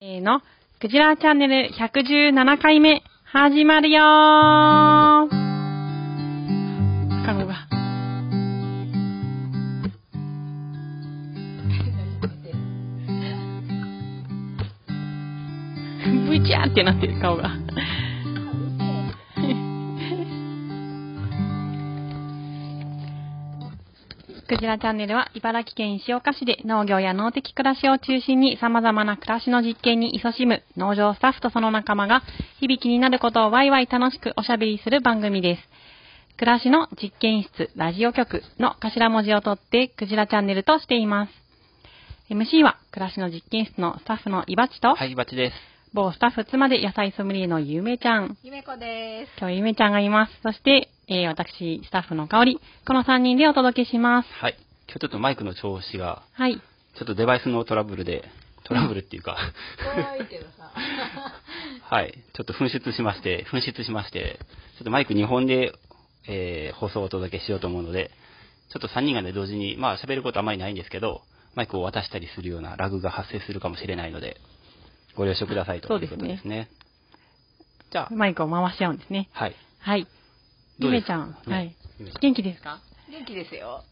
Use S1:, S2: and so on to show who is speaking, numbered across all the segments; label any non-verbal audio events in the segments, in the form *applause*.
S1: せーの、クジラチャンネル117回目、始まるよーあかんが。ブチャーってなってる顔が。クジラチャンネルは茨城県石岡市で農業や農的暮らしを中心に様々な暮らしの実験に勤しむ農場スタッフとその仲間が日々気になることをワイワイ楽しくおしゃべりする番組です。暮らしの実験室ラジオ局の頭文字を取ってクジラチャンネルとしています。MC は暮らしの実験室のスタッフのいばちと、
S2: はい、バチです。
S1: 某スタッフ妻で野菜ソムリエのゆめちゃん。
S3: ゆめこです。
S1: 今日ゆめちゃんがいます。そして、えー私、スタッフの香り。この3人でお届けします。
S2: はい。今日ちょっとマイクの調子が、
S1: はい。
S2: ちょっとデバイスのトラブルで、トラブルっていうか、
S3: 怖いけどさ。
S2: *laughs* はい。ちょっと紛失しまして、紛失しまして、ちょっとマイク2本で、えー放送をお届けしようと思うので、ちょっと3人がね、同時に、まあ喋ることあまりないんですけど、マイクを渡したりするようなラグが発生するかもしれないので、ご了承くださいと
S1: そう
S2: い
S1: で
S2: う
S1: す
S2: こ
S1: ね
S2: とですね。じゃあ、
S1: マイクを回し合うんですね。
S2: はい。
S1: はい。
S2: ど
S1: ゆ
S2: うで
S1: め
S2: す
S1: ちゃん、
S2: ね
S1: はい
S2: ゆめちゃ。ん
S1: 元気ですか
S3: 元気ですよ。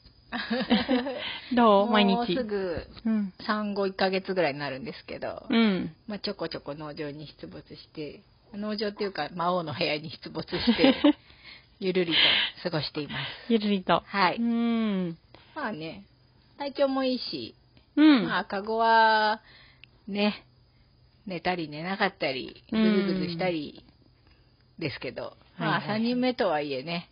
S1: どう毎
S3: もう
S1: 日
S3: す。ぐ
S1: うん。
S3: 産後1ヶ月ぐらいになるんですけど、
S1: うん。
S3: まあ、ちょこちょこ農場に出没して、農場っていうか魔王の部屋に出没して、
S1: *laughs*
S3: ゆるりと過ごしています。
S1: ゆるりと。
S3: は
S1: う
S3: い。
S1: ん。
S3: まあね、体調もいいし、
S1: うん。
S3: まあ、カゴは、ね、寝たり寝なかったり、ぐずぐずしたりですけど、
S1: うん
S3: ま
S1: はいはいは
S3: あ、
S1: い
S3: 3人目とはいえね、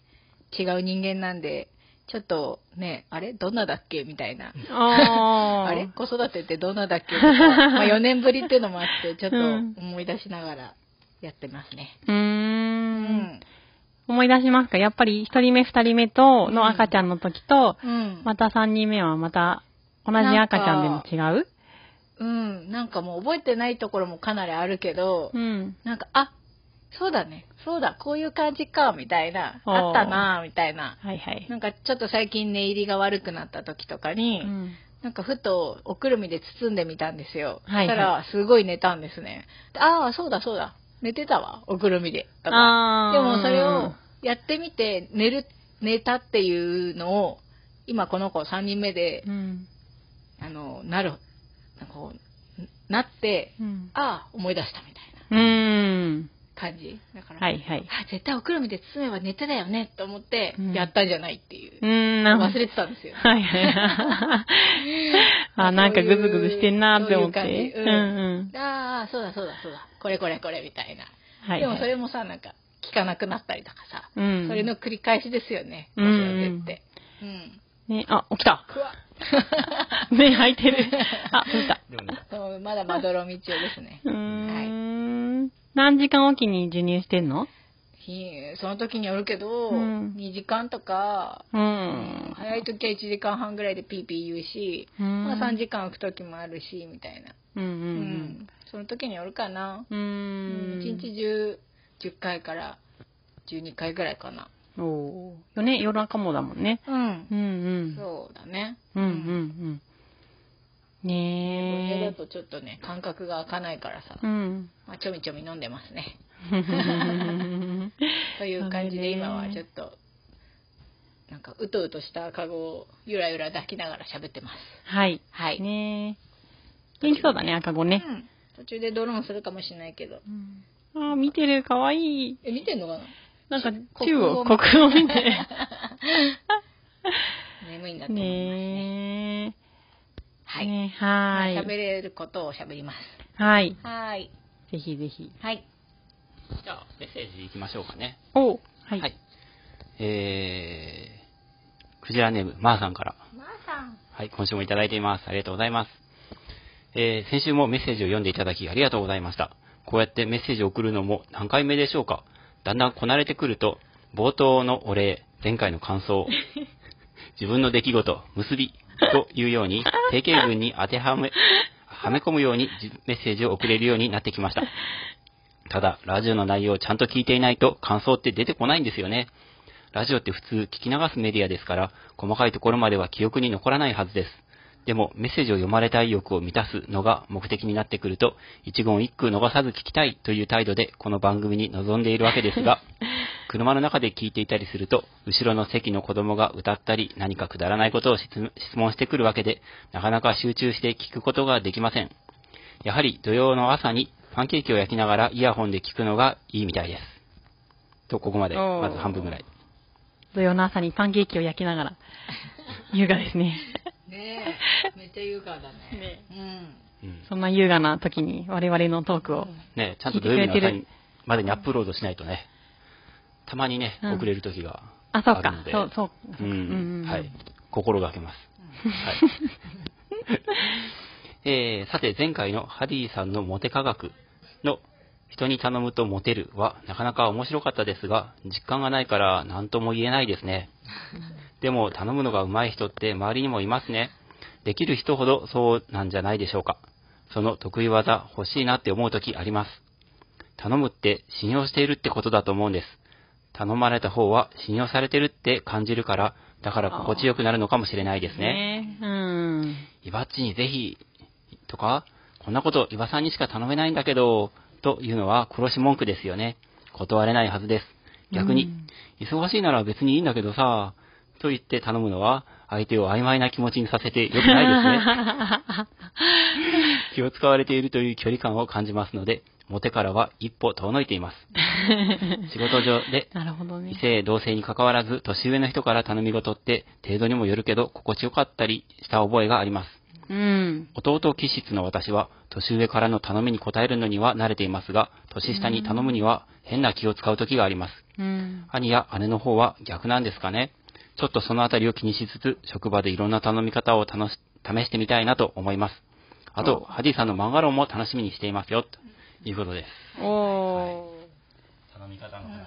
S3: 違う人間なんで、ちょっとね、あれどんなだっけみたいな。
S1: あー
S3: *laughs* あれ子育てってどんなだ
S1: *laughs*
S3: っけとか、まあ4年ぶりっていうのもあって、ちょっ
S1: うん
S3: と思い出しながらやってますね。
S1: うー
S3: うんん。。
S1: 思い出しますかやっぱり一人目二人目との赤ちゃんの時と、
S3: うん。
S1: また三人目はまた同じ赤ちゃんでも違う
S3: うん。なんかもう覚えてないところもかなりあるけど、
S1: うん。
S3: なんか、あ、そうだね、そうだ、こういう感じか、みたいな、
S1: おー
S3: あったな、みたいな。
S1: はいはい。
S3: なんかちょっと最近寝入りが悪くなった時とかに、
S1: うん
S3: なんかふとおくるみで包んでみたんですよ。
S1: はいはい
S3: そしたら、すごい寝たんですね。でああ、そうだそうだ、寝てたわ、おくるみで。とか
S1: あー
S3: でもそれをやってみて、寝る、寝たっていうのを、今この子3人目で、
S1: うん。
S3: あの、なる、なんかこう、なって、
S1: うん。
S3: ああ、思い出したみたいな
S1: うん。
S3: 感じ。だから、
S1: はいはい。
S3: あ絶対おくるみで包めば寝てたよねと思って
S1: うん
S3: やったんじゃないっていう、
S1: うーん、なんか
S3: 忘 *laughs* れてたんですよ、
S1: はいはい。あ、なんかグズグズしてんなって思って。
S3: そういう感
S1: う
S3: じうんん
S1: うん。
S3: ああそうだそうだそうだこれこれこれみたいな、
S1: はい。
S3: でもそれもさなんか聞かなくなったりとかさ、
S1: うん。
S3: それの繰り返しですよね子
S1: うん
S3: 育てってうん
S1: ね、あ、起きた。 *laughs*
S3: くわ
S1: 目開い
S3: *laughs*
S1: てる。あ、起きた。
S2: でもね、
S3: そうまだまどろみ中ですね
S1: うーん。何時間おきに授乳してんの
S3: ひその時によるけど、
S1: うん
S3: 2時間とか、
S1: う
S3: うん
S1: ん。
S3: 早い時は1時間半ぐらいでピーピー言うし、
S1: うん
S3: まあ、3時間置く時もあるしみたいな
S1: うんう
S3: うんんその時によるかな。
S1: うん。う。
S3: うんん、一日中10回から12回ぐらいかな。
S1: おーよね、夜中もだもんね。
S3: うん
S1: う。んうん。
S3: そうだね。
S1: うんうんうん。
S3: 家だ
S1: ねえ。
S3: とちょっとね、間隔が開かないからさ、 *laughs*
S1: うん。
S3: まあ、ちょみちょみ飲んでますね。
S1: は
S3: という感じで
S1: そうだね
S3: 今はちょっと、なんかうとうとしたカゴをゆらゆら抱きながら喋ってます。
S1: い。
S3: はい。
S1: ねえ。元気そうだね、赤子
S3: う
S1: ね。
S3: ん。途中でドローンするかもしれないけど。
S1: ああ、見てる、かわいい。
S3: え、見てんのかな
S1: なんか、
S3: 国
S1: 宙を、
S3: 語も
S1: 国を見
S3: *laughs*
S1: て。
S3: 眠いんだと思いますね。
S1: ねえ。
S3: はい。
S1: ねえは
S3: 喋
S1: ーい。
S3: れることを喋ります。
S1: はい。
S3: はい。
S1: ぜひぜひ。
S3: はい。
S2: じゃあ、メッセージいきましょうかね。
S1: おは
S2: はい
S1: い。。
S2: えー、クジラネーム、まーさんから。
S3: まーさん。
S2: はい、今週もいただいています。ありがとうございます。えー、先週もメッセージを読んでいただきありがとうございました。こうやってメッセージを送るのも何回目でしょうかだんだんこなれてくると、冒頭のお礼、前回の感想、自分の出来事、結び、というように、定型文に当てはめ、はめ込むようにじメッセージを送れるようになってきました。ただ、ラジオの内容をちゃんと聞いていないと感想って出てこないんですよね。ラジオって普通聞き流すメディアですから、細かいところまでは記憶に残らないはずです。でも、メッセージを読まれたい欲を満たすのが目的になってくると、一言一句逃さず聞きたいという態度で、この番組に臨んでいるわけで
S1: *laughs*
S2: すが、車の中で聞いていたりすると、後ろの席の子供が歌ったり、何かくだらないことを質質問してくるわけで、なかなか集中して聞くことができません。やはり土曜の朝にパンケーキを焼きながらイヤホンで聞くのがいいみたいです。と、ここまで、
S1: おー
S2: まず半分ぐらい。
S1: 土曜の朝にパンケーキを焼きな
S2: *laughs*
S1: がら、優雅ですね。
S3: ねえ、めっちゃ優雅だね。うん。
S2: うん
S1: そんな優雅な時に我々のトークを。
S2: ね、ちゃんと土曜日の
S1: 聞いてく
S2: 朝
S1: れて
S2: に
S1: る
S2: までにアップロードしないとね、たまにね、
S1: うん
S2: 遅れる時が
S1: あ、そう
S2: ある
S1: か
S2: の。で、
S1: そう、そう。
S2: うん
S1: うん
S2: はい、心がけます。はい *laughs* えーさて、前回のハディさんのモテ科学の人に頼むとモテるはなかなか面白かったですが、実感がないから何とも言えないですね。でも頼むのが上手い人って周りにもいますね。できる人ほどそうなんじゃないでしょうか。その得意技欲しいなって思う時あります。頼むって信用しているってことだと思うんです。頼まれた方は信用されてるって感じるから、だから心地よくなるのかもしれないですね。
S1: ね。うん。
S2: イバッチにぜひ、とか、こんなことイバさんにしか頼めないんだけど、というのは殺し文句ですよね。断れないはずです。逆に、 *laughs* 忙しいなら別にいいんだけどさ、と言って頼むのは、相手を曖昧な気持ちにさせて良くない
S1: *laughs*
S2: ですね。気を使われているという距離感を感じますので、モテからは一歩遠のいています。仕事上で
S1: なるほどね
S2: 異。性同性に関わらず年上の人から頼み事って程度にもよるけど心地よかったりした覚えがあります
S1: うん。
S2: 弟気質の私は年上からの頼みに応えるのには慣れていますが年下に頼むには変な気を使う時があります
S1: うん。
S2: 兄や姉の方は逆なんですかねちょっとそのあたりを気にしつつ職場でいろんな頼み方を楽し試してみたいなと思いますあとハディさんの漫画論も楽しみにしていますよということです
S1: おー。
S2: 頼み方の話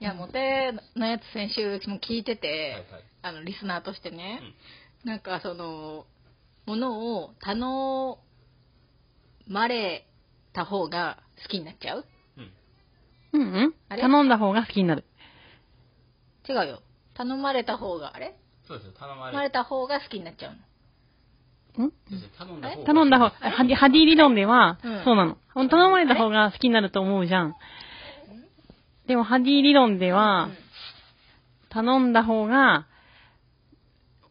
S3: いや、モテのやつ先週うちも聞いてて、
S2: はいはい
S3: あの、リスナーとしてね、なんかその、ものを頼まれた方が好きになっちゃう
S2: うん
S1: うんうん。
S3: あれ
S1: 頼んだ方が好きになる。
S3: 違うよ。頼まれた方が、あれ
S2: そうですよ頼ま
S3: 頼まれた方が好きになっちゃうの。
S1: ん
S2: 頼ん
S3: だ方
S1: 頼んだ方、ハディハディ理論では
S3: うん、
S1: そうなの。頼まれた方が好きになると思うじゃん。でも、ハディ理論では、頼んだ方が、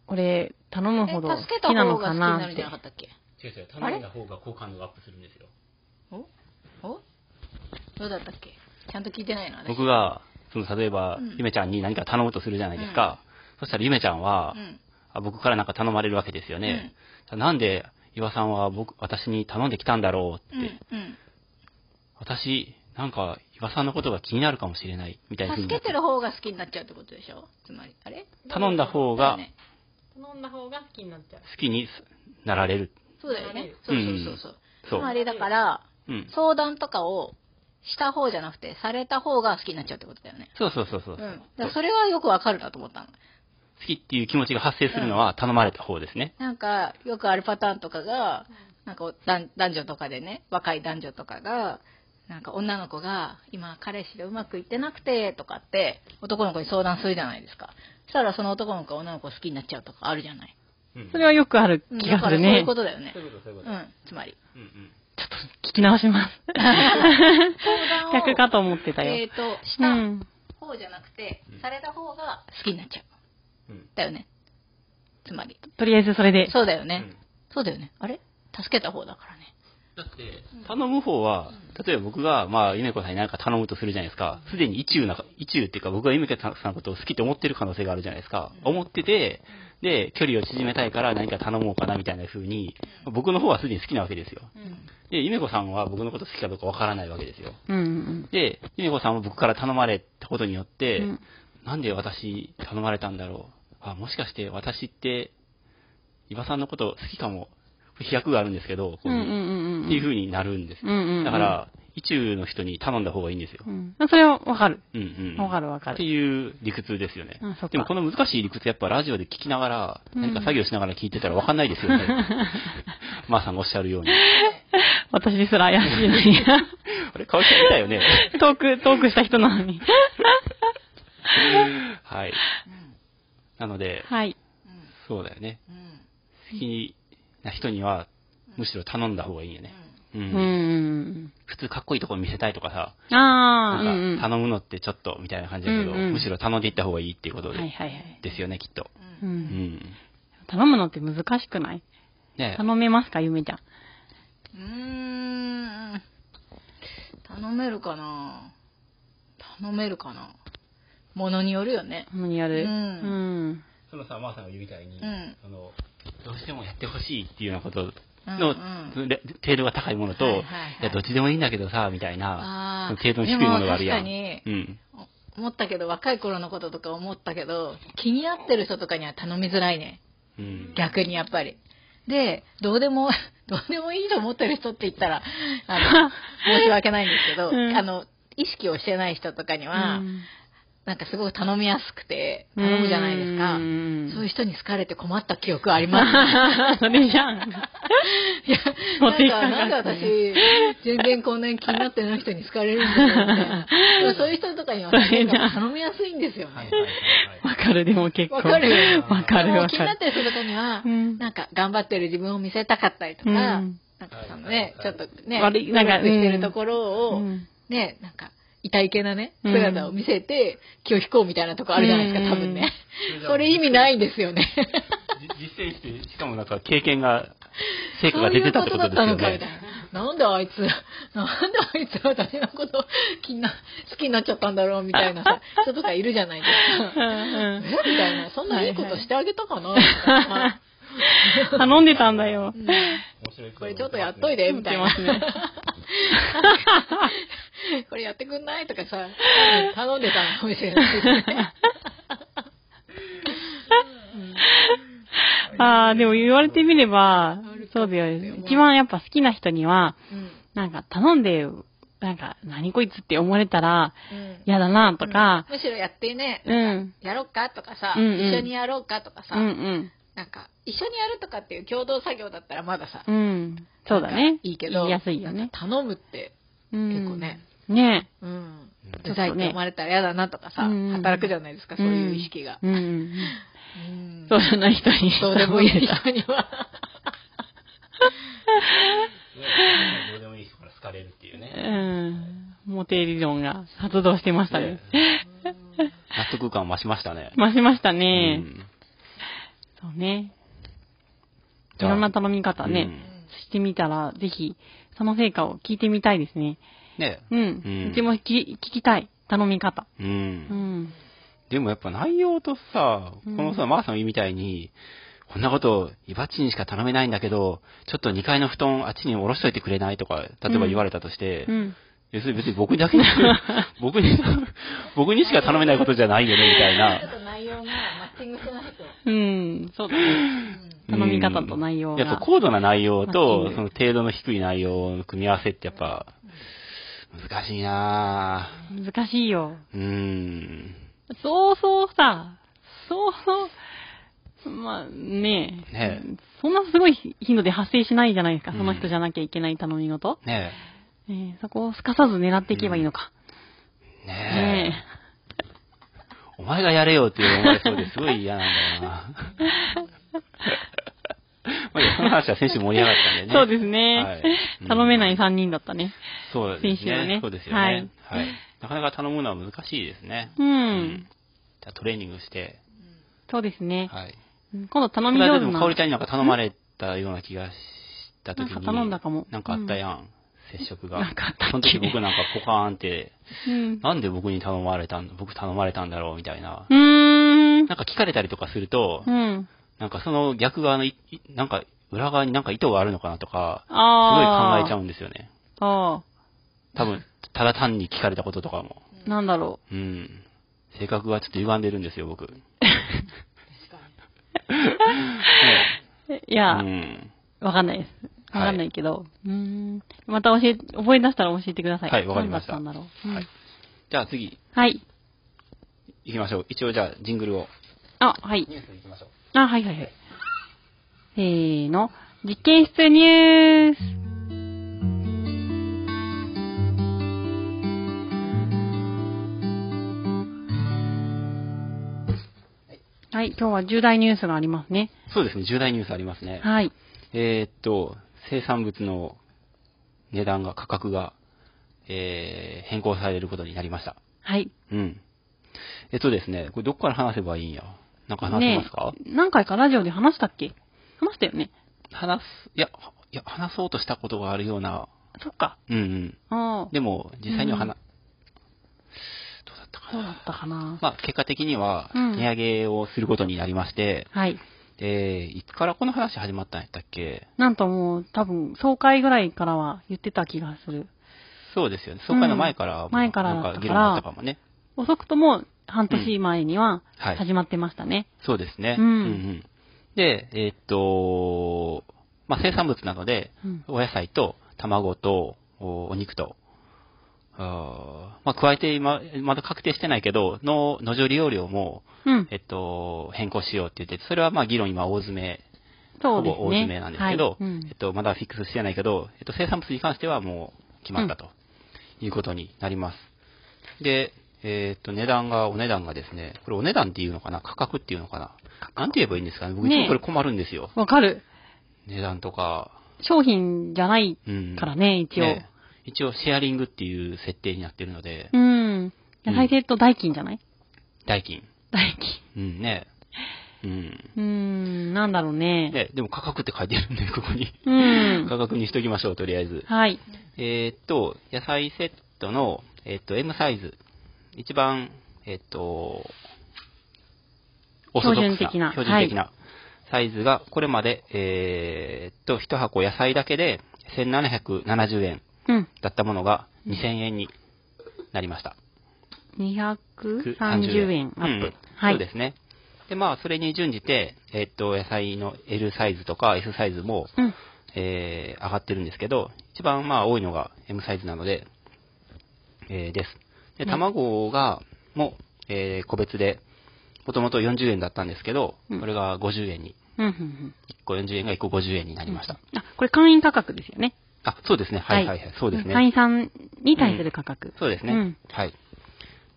S1: 俺、頼む
S3: え
S1: ほど好
S3: 助けた
S1: きな
S3: 方
S1: の
S3: が好
S1: か
S3: きにな
S1: な
S3: る
S1: っ
S3: んじ
S1: て
S3: ゃな。かったっけ
S2: 違う違う、
S3: あ
S2: 頼
S3: れ
S2: んだ方が好感度がアップするんですよ。
S3: おおどうだったっけちゃんと聞いてないの私
S2: 僕が、その、例えば、
S3: うん
S2: ゆめちゃんに何か頼むとするじゃないですか。そしたらゆめちゃんは、
S3: うん
S2: あ僕からなんか頼まれるわけですよね。なんで、岩さんは僕、私に頼んできたんだろう
S3: う
S2: っ
S3: ん
S2: て。
S3: うん
S2: 私、なんか、岩さんのことが気になるかもしれない、みたいな風
S3: 助
S2: に。
S3: けてる方が好きになっちゃうってことでしょつまりあれ
S2: 頼んだ方が
S3: だよね
S1: 頼んだ方が好きになっちゃう。
S2: 好きになられる。
S3: そうだよね
S2: う
S3: そ
S2: ん
S3: うそうそう
S2: そ
S3: そううつまりだから
S2: うん。
S3: 相談とかをした方じゃなくてされた方が好きになっちゃうってことだよね
S2: そうそうそうそうう。
S3: んだからそれはよくわかるなと思ったの
S2: 好きっていう気持ちが発生するのは頼まれた方ですね。
S3: なんかよくあるパターンとかがなんか男男女とかでね若い男女とかがなんか女の子が今彼氏でうまくいってなくてとかって男の子に相談するじゃないですかそしたらその男の子が女の子を好きになっちゃうとかあるじゃない、
S2: うん
S1: それはよくある
S3: うん
S1: 気
S3: だ
S1: が
S3: か
S1: する
S3: らそうい
S1: ね
S3: う。ことだよね
S2: そういうこと、そういう
S3: う
S2: こと。
S3: んつまり
S2: うんうん
S1: ちょっと聞き直し
S3: *laughs*
S1: ます。
S3: 相談を
S1: 逆かと思ってた
S3: え
S1: よ
S3: っ、。とし
S1: う
S3: た
S1: ん。
S3: 方じゃなくて、
S2: うん
S3: された方が好きになっちゃう
S2: うん
S3: だよねつまり
S1: とりあえずそれで。
S3: そうだよ
S2: う
S3: ね、
S2: ん
S3: そうだよねあれ助けた方だからね
S2: だって、頼む方は、例えば僕が、まあ、ゆめこさんに何か頼むとするじゃないですか。すでに一中な、一中っていうか、僕がゆめこさんのことを好きって思ってる可能性があるじゃないですか。思ってて、で、距離を縮めたいから何か頼もうかなみたいな風に、僕の方はすでに好きなわけですよ。で、ゆめこさんは僕のこと好きかどうかわからないわけですよ。
S1: うんうん
S2: で、ゆめこさんは僕から頼まれたことによっ
S1: う
S2: て、
S1: ん。
S2: なんで私頼まれたんだろう。あ、もしかして私って、伊庭さんのこと好きかも。飛躍があるんですけど、こ
S1: う
S2: うんいううん
S1: うんうん。
S2: っていう風になるんで
S1: う。
S2: す
S1: んうんうん。
S2: だから、意中の人に頼んだ方がいいんですよ
S1: う。ん、それはわかる。
S2: うんうん。
S1: わかるわか
S2: って
S1: る。
S2: いう理屈ですよね
S1: うんそっか。
S2: でもこの難しい理屈やっぱラジオで聞きながら、
S1: うん
S2: 何か作業しながら聞いてたらわかんないです
S1: *laughs*
S2: よね。まあさんがおっしゃるように。
S1: 私ですら怪しいのに。
S2: *laughs* あれ、顔してみた
S1: *laughs*
S2: よね。
S1: トーク、トークした人なの
S2: *laughs*
S1: に。
S2: はい。なので、
S1: はい。
S3: うん
S2: そうだよね。
S3: うん
S2: 好きな人には、むしろ頼んだ方がいいよね。う。
S1: うんん。
S2: 普通かっこいいところ見せたいとかさ、
S1: ああ、うん
S2: な
S1: うんん。
S2: か頼むのってちょっとみたいな感じだけど、
S1: うんうん
S2: むしろ頼んでいった方がいいっていうことで、
S1: はいはいはい。
S2: ですよね、きっと。
S1: う。
S2: うんん。
S1: 頼むのって難しくない
S2: ね
S1: 頼めますか、ゆめちゃん。
S3: うんうん頼めるかな頼めるかなものによるよね
S1: ものによる。
S3: うん
S1: うん。
S2: そのさ、まーさんが言うみたいに、
S3: うん
S2: そのどうしてもやってほしいっていうようなこと
S3: う
S2: の、
S3: ん
S2: レ程度が高いものと、
S3: はいいはいはい
S2: や、どっちでもいいんだけどさ、みたいな
S3: あ、ー
S2: 程度の低いものがあるやん。
S3: でも確
S2: う
S3: か
S2: ん。
S3: 思ったけど若い頃のこととか思ったけど気に合ってる人とかには頼みづらいね
S2: うん。
S3: 逆にやっぱりでどうでも *laughs* どうでもいいと思ってる人って言ったら
S1: *laughs*
S3: あの申し訳ないんですけど、
S1: うん
S3: あの意識をしてない人とかには、
S1: うん
S3: なんかすごく頼みやすくて頼むじゃないですか、
S1: うん
S3: そういう人に好かれて困った記憶あります、
S1: それじゃ
S3: *laughs*
S1: ん。
S3: いや
S1: 持っていかな
S3: な
S1: んか
S3: か
S1: った
S3: なん
S1: ね
S3: で私全然こんなに気になってない人に好かれるんだろうみたいなで
S1: *laughs*
S3: もそういう人とかには
S1: それじゃん
S3: 頼みやすいんですよね、
S2: はいはいはいはい。
S3: *laughs*
S1: わかる、でも結構。
S3: わかる
S1: わかる、わ
S3: 気にな
S1: か
S3: っ
S1: る。
S3: てる人とかには、
S1: うん
S3: なんか頑張ってる自分を見せたかったりとか、
S1: うん
S3: なんかそのね、ちょっとね、
S1: 悪いなんか
S3: うまくしてるところを、
S1: うん
S3: ね、なんか、痛い系なね、
S1: うん
S3: 姿を見せて、気を引こうみたいなとこあるじゃないですか、多分ね。 *laughs* それ意味ないんですよね。
S2: じ実践して、しかもなんか経験が、成果が出てたってことです
S3: そうい
S2: よ
S3: うことだったのかみたい
S2: ね。
S3: な。なんであいつ、なんであいつ私のことを気にな好きになっちゃったんだろうみたいなさ人とかいるじゃないです
S1: う *laughs*
S3: か。え
S1: ん
S3: みたいな、そんないいことしてあげたかな、
S1: うん頼んでたんだよ。
S3: みたいなうんこれちょっとやっとい。て、みたいな。
S1: 言って
S3: *laughs* これやってくんないとかさ、頼んでたのかもしれないですね。
S1: ああ、でも言われてみれば
S3: る、
S1: そ
S3: と
S1: う
S3: 思う
S1: だ
S3: よ
S1: よ。一番やっぱ好きな人には、
S3: うん
S1: なんか頼んでよ、なんか、何こいつって思われたら、
S3: うん
S1: 嫌だなとか、
S3: むしろやってね、
S1: うん。
S3: やろうかとかさ、
S1: うんうん
S3: 一緒にやろうかとかさ、
S1: うんうん。
S3: なんか、一緒にやるとかっていう共同作業だったらまださ、
S1: うん。そうだね。
S3: いいけど、
S1: 言いやすいよ
S3: なん
S1: ね
S3: か。頼むって、
S1: うん
S3: 結構ね。
S1: ね
S3: うん、
S1: ちょ
S3: う
S1: っとね
S3: ざいって思われたら嫌だなとかさ、
S1: うんうん
S3: 働くじゃないですか、そういう意識が。
S1: うんうんうん。
S3: うん
S1: そうじゃない人に。
S3: どうでもいい人には。
S2: どうでもいい人から好かれるっていうね。
S1: うん。モテ理論が発動してましたね。
S2: 納得感増しましたね。
S1: 増しました
S2: う
S1: ね。
S2: ん
S1: そうね。い
S2: じゃあ
S1: ろんな頼み方
S2: う
S1: ね
S2: ん、
S1: してみたら、ぜひ、その成果を聞いてみたいですね。
S2: ね
S1: う
S2: うんん。
S1: うちも聞き聞きたい。頼み方。
S2: う。
S1: うんん。
S2: でもやっぱ内容とさ、こ
S1: うん
S2: のさ、マーさんの言うみたいに、こんなこと、イバッチにしか頼めないんだけど、ちょっと2階の布団あっちに下ろしといてくれないとか、例えば言われたとして
S1: う、ん。
S2: 要するに別に僕
S1: *laughs*
S2: だけに、僕に、僕にしか頼めないことじゃないよね、みたい
S3: ちょっ
S2: な。
S3: と内容がマッチングしてないと。 *laughs*
S1: うん。そうだね。頼み方と内容が
S2: うんやっぱ高度な内容
S1: マッチン
S2: と、
S1: グ
S2: その程度の低い内容の組み合わせってやっぱ、難しいなぁ。
S1: 難しいよ。
S2: うーん。
S1: そうそうさ、そうそう、まあねえ、
S2: ねえ
S1: そんなすごい頻度で発生しないじゃないですか、
S2: うん
S1: その人じゃなきゃいけない頼み事。
S2: ね
S1: えーそこをすかさず狙っていけばいいのか。
S2: え。ね
S1: ね
S2: え。お前がやれよって思われそうですごい嫌なんだよ
S1: *laughs*
S2: な。まあいいや、その話は先週盛り上がったんでね。
S1: そうですね、
S2: はい
S1: 頼めない3人だったね。
S2: そうですね。
S1: 先週はね
S2: そうですよね、
S1: はい
S2: はい。なかなか頼むのは難しいですね。
S1: うん
S2: じゃあトレーニングして、
S1: そうですね。
S2: はい。
S1: うん今度頼
S2: こ
S1: み
S2: の間
S1: 上手
S2: でも、
S1: な。
S2: かおりちゃんになんか頼まれたような気がした時に。
S1: なんか頼んだかも
S2: なんかあったやん。接触が。
S1: なんかあったっけ
S2: その時僕なんかポカー
S1: *laughs*
S2: ンって、
S1: うん。
S2: なんで僕に頼まれたん、僕頼まれたんだろうみたいな。
S1: うーん
S2: な。んか聞かれたりとかすると、
S1: うん。
S2: なんかその逆側のい、いなんか裏側になんか意図があるのかなとか、すごい
S1: ああ。
S2: 考えちゃ
S1: う。
S2: うんですよね。
S1: あ
S2: 多分、ただ単に聞かれたこととかも。
S1: あ。なんだろ
S2: うん。性格がちょっと歪んでるんですよ、僕。ね
S1: う。えいうや、
S2: ん。
S1: わかんないです。
S2: はい
S1: わかんないけど。うーん。また教え、覚え出したら教えてください。
S2: はいわかりました
S1: 何だったんだろう。うん
S2: はい。じゃあ次、
S1: はい。
S2: 行きましょう。一応じゃあ、ジングルを。
S1: あ、はい。
S2: ニュース行きましょう。
S1: あ、はいはいはい。せーの。実験室ニュースはい、今日は重大ニュースがありますね。
S2: そうですね、重大ニュースありますね。
S1: はい。
S2: えーっと、生産物の値段が、価格が、えー変更されることになりました。
S1: はい。
S2: うん。えっとですね、これどこから話せばいいんやなんか話せますか、
S1: ねえ何回かラジオで話したっけ話したよね。
S2: 話す、いや、いや、話そうとしたことがあるような、
S1: そっか。
S2: うんうん。
S1: ああ。
S2: でも、実際には話、どうだったか
S1: そう
S2: な
S1: だったかな。
S2: まあ、結果的には、
S1: うん
S2: 値上げをすることになりまして、
S1: はい。
S2: えーいつからこの話始まったんやったっけ
S1: なんともう、多分、総会ぐらいからは言ってた気がする。
S2: そうですよね。総会の前から、
S1: うん前からだ
S2: な
S1: った
S2: ん
S1: から
S2: か議論があったかもね。
S1: 遅くとも半年前には
S2: はい
S1: 始まってましたね。
S2: そうですね。
S1: うん
S2: んで、えーっと、まあ、生産物なので、
S1: うん
S2: お野菜と卵とおお肉と、あーまあ、加えて今、まだ確定してないけど、の、のじ利用量も、
S1: うん
S2: え。っと、変更しようって言ってて、それはまあ議論今大詰め、
S1: そ
S2: ほ
S1: う
S2: ぼ
S1: ですね。
S2: 大詰めなんですけど、
S1: はいうん
S2: えっと、まだフィックスしてないけど、えっと、生産物に関してはもう決まったと、いうことになります。で、えっと、値段が、お値段がですね、これお値段っていうのかな価格っていうのかななんて言えばいいんですかね僕いつ
S1: ね
S2: も
S1: え
S2: これ困るんですよ。
S1: わかる。
S2: 値段とか、
S1: 商品じゃない
S2: うん。
S1: からね、一応。
S2: ねえ一応、シェアリングっていう設定になってるので、
S1: うん。
S2: うん
S1: 野菜セット代金じゃない
S2: 代金。
S1: 代
S2: うんね。うん。
S1: 金。うーん、なんだろうね。
S2: ね、でも価格って書いてるんで、ここに。
S1: うん。
S2: *laughs* 価格にしときましょう、とりあえず。
S1: はい。
S2: えーっと、野菜セットの、えーっと、M サイズ。一番、えーっと、オーソドック
S1: 標準
S2: ス
S1: 的な
S2: 標準的なサイズが、これまで、えーっと、一箱野菜だけで1770円
S1: うん。
S2: だったものが2000円になりました。
S1: 230円アップ。
S2: うん
S1: はい。
S2: そうですね。で、まあ、それに準じて、えーっと、野菜の L サイズとか S サイズも、
S1: うん。
S2: えー上がってるんですけど、一番まあ多いのが M サイズなので、えーです。で、
S1: ね
S2: 卵が、も、えー個別で、もともと40円だったんですけど、
S1: うん
S2: これが50円に、
S1: うん、うん、うん。
S2: 1個40円が1個50円になりました。
S1: あ、これ会員価格ですよね。
S2: あ、そうですね。はいはいはい。そうです
S1: 会
S2: ね。
S1: 員さんに対する価格。
S2: そうですね。
S1: うん
S2: はい。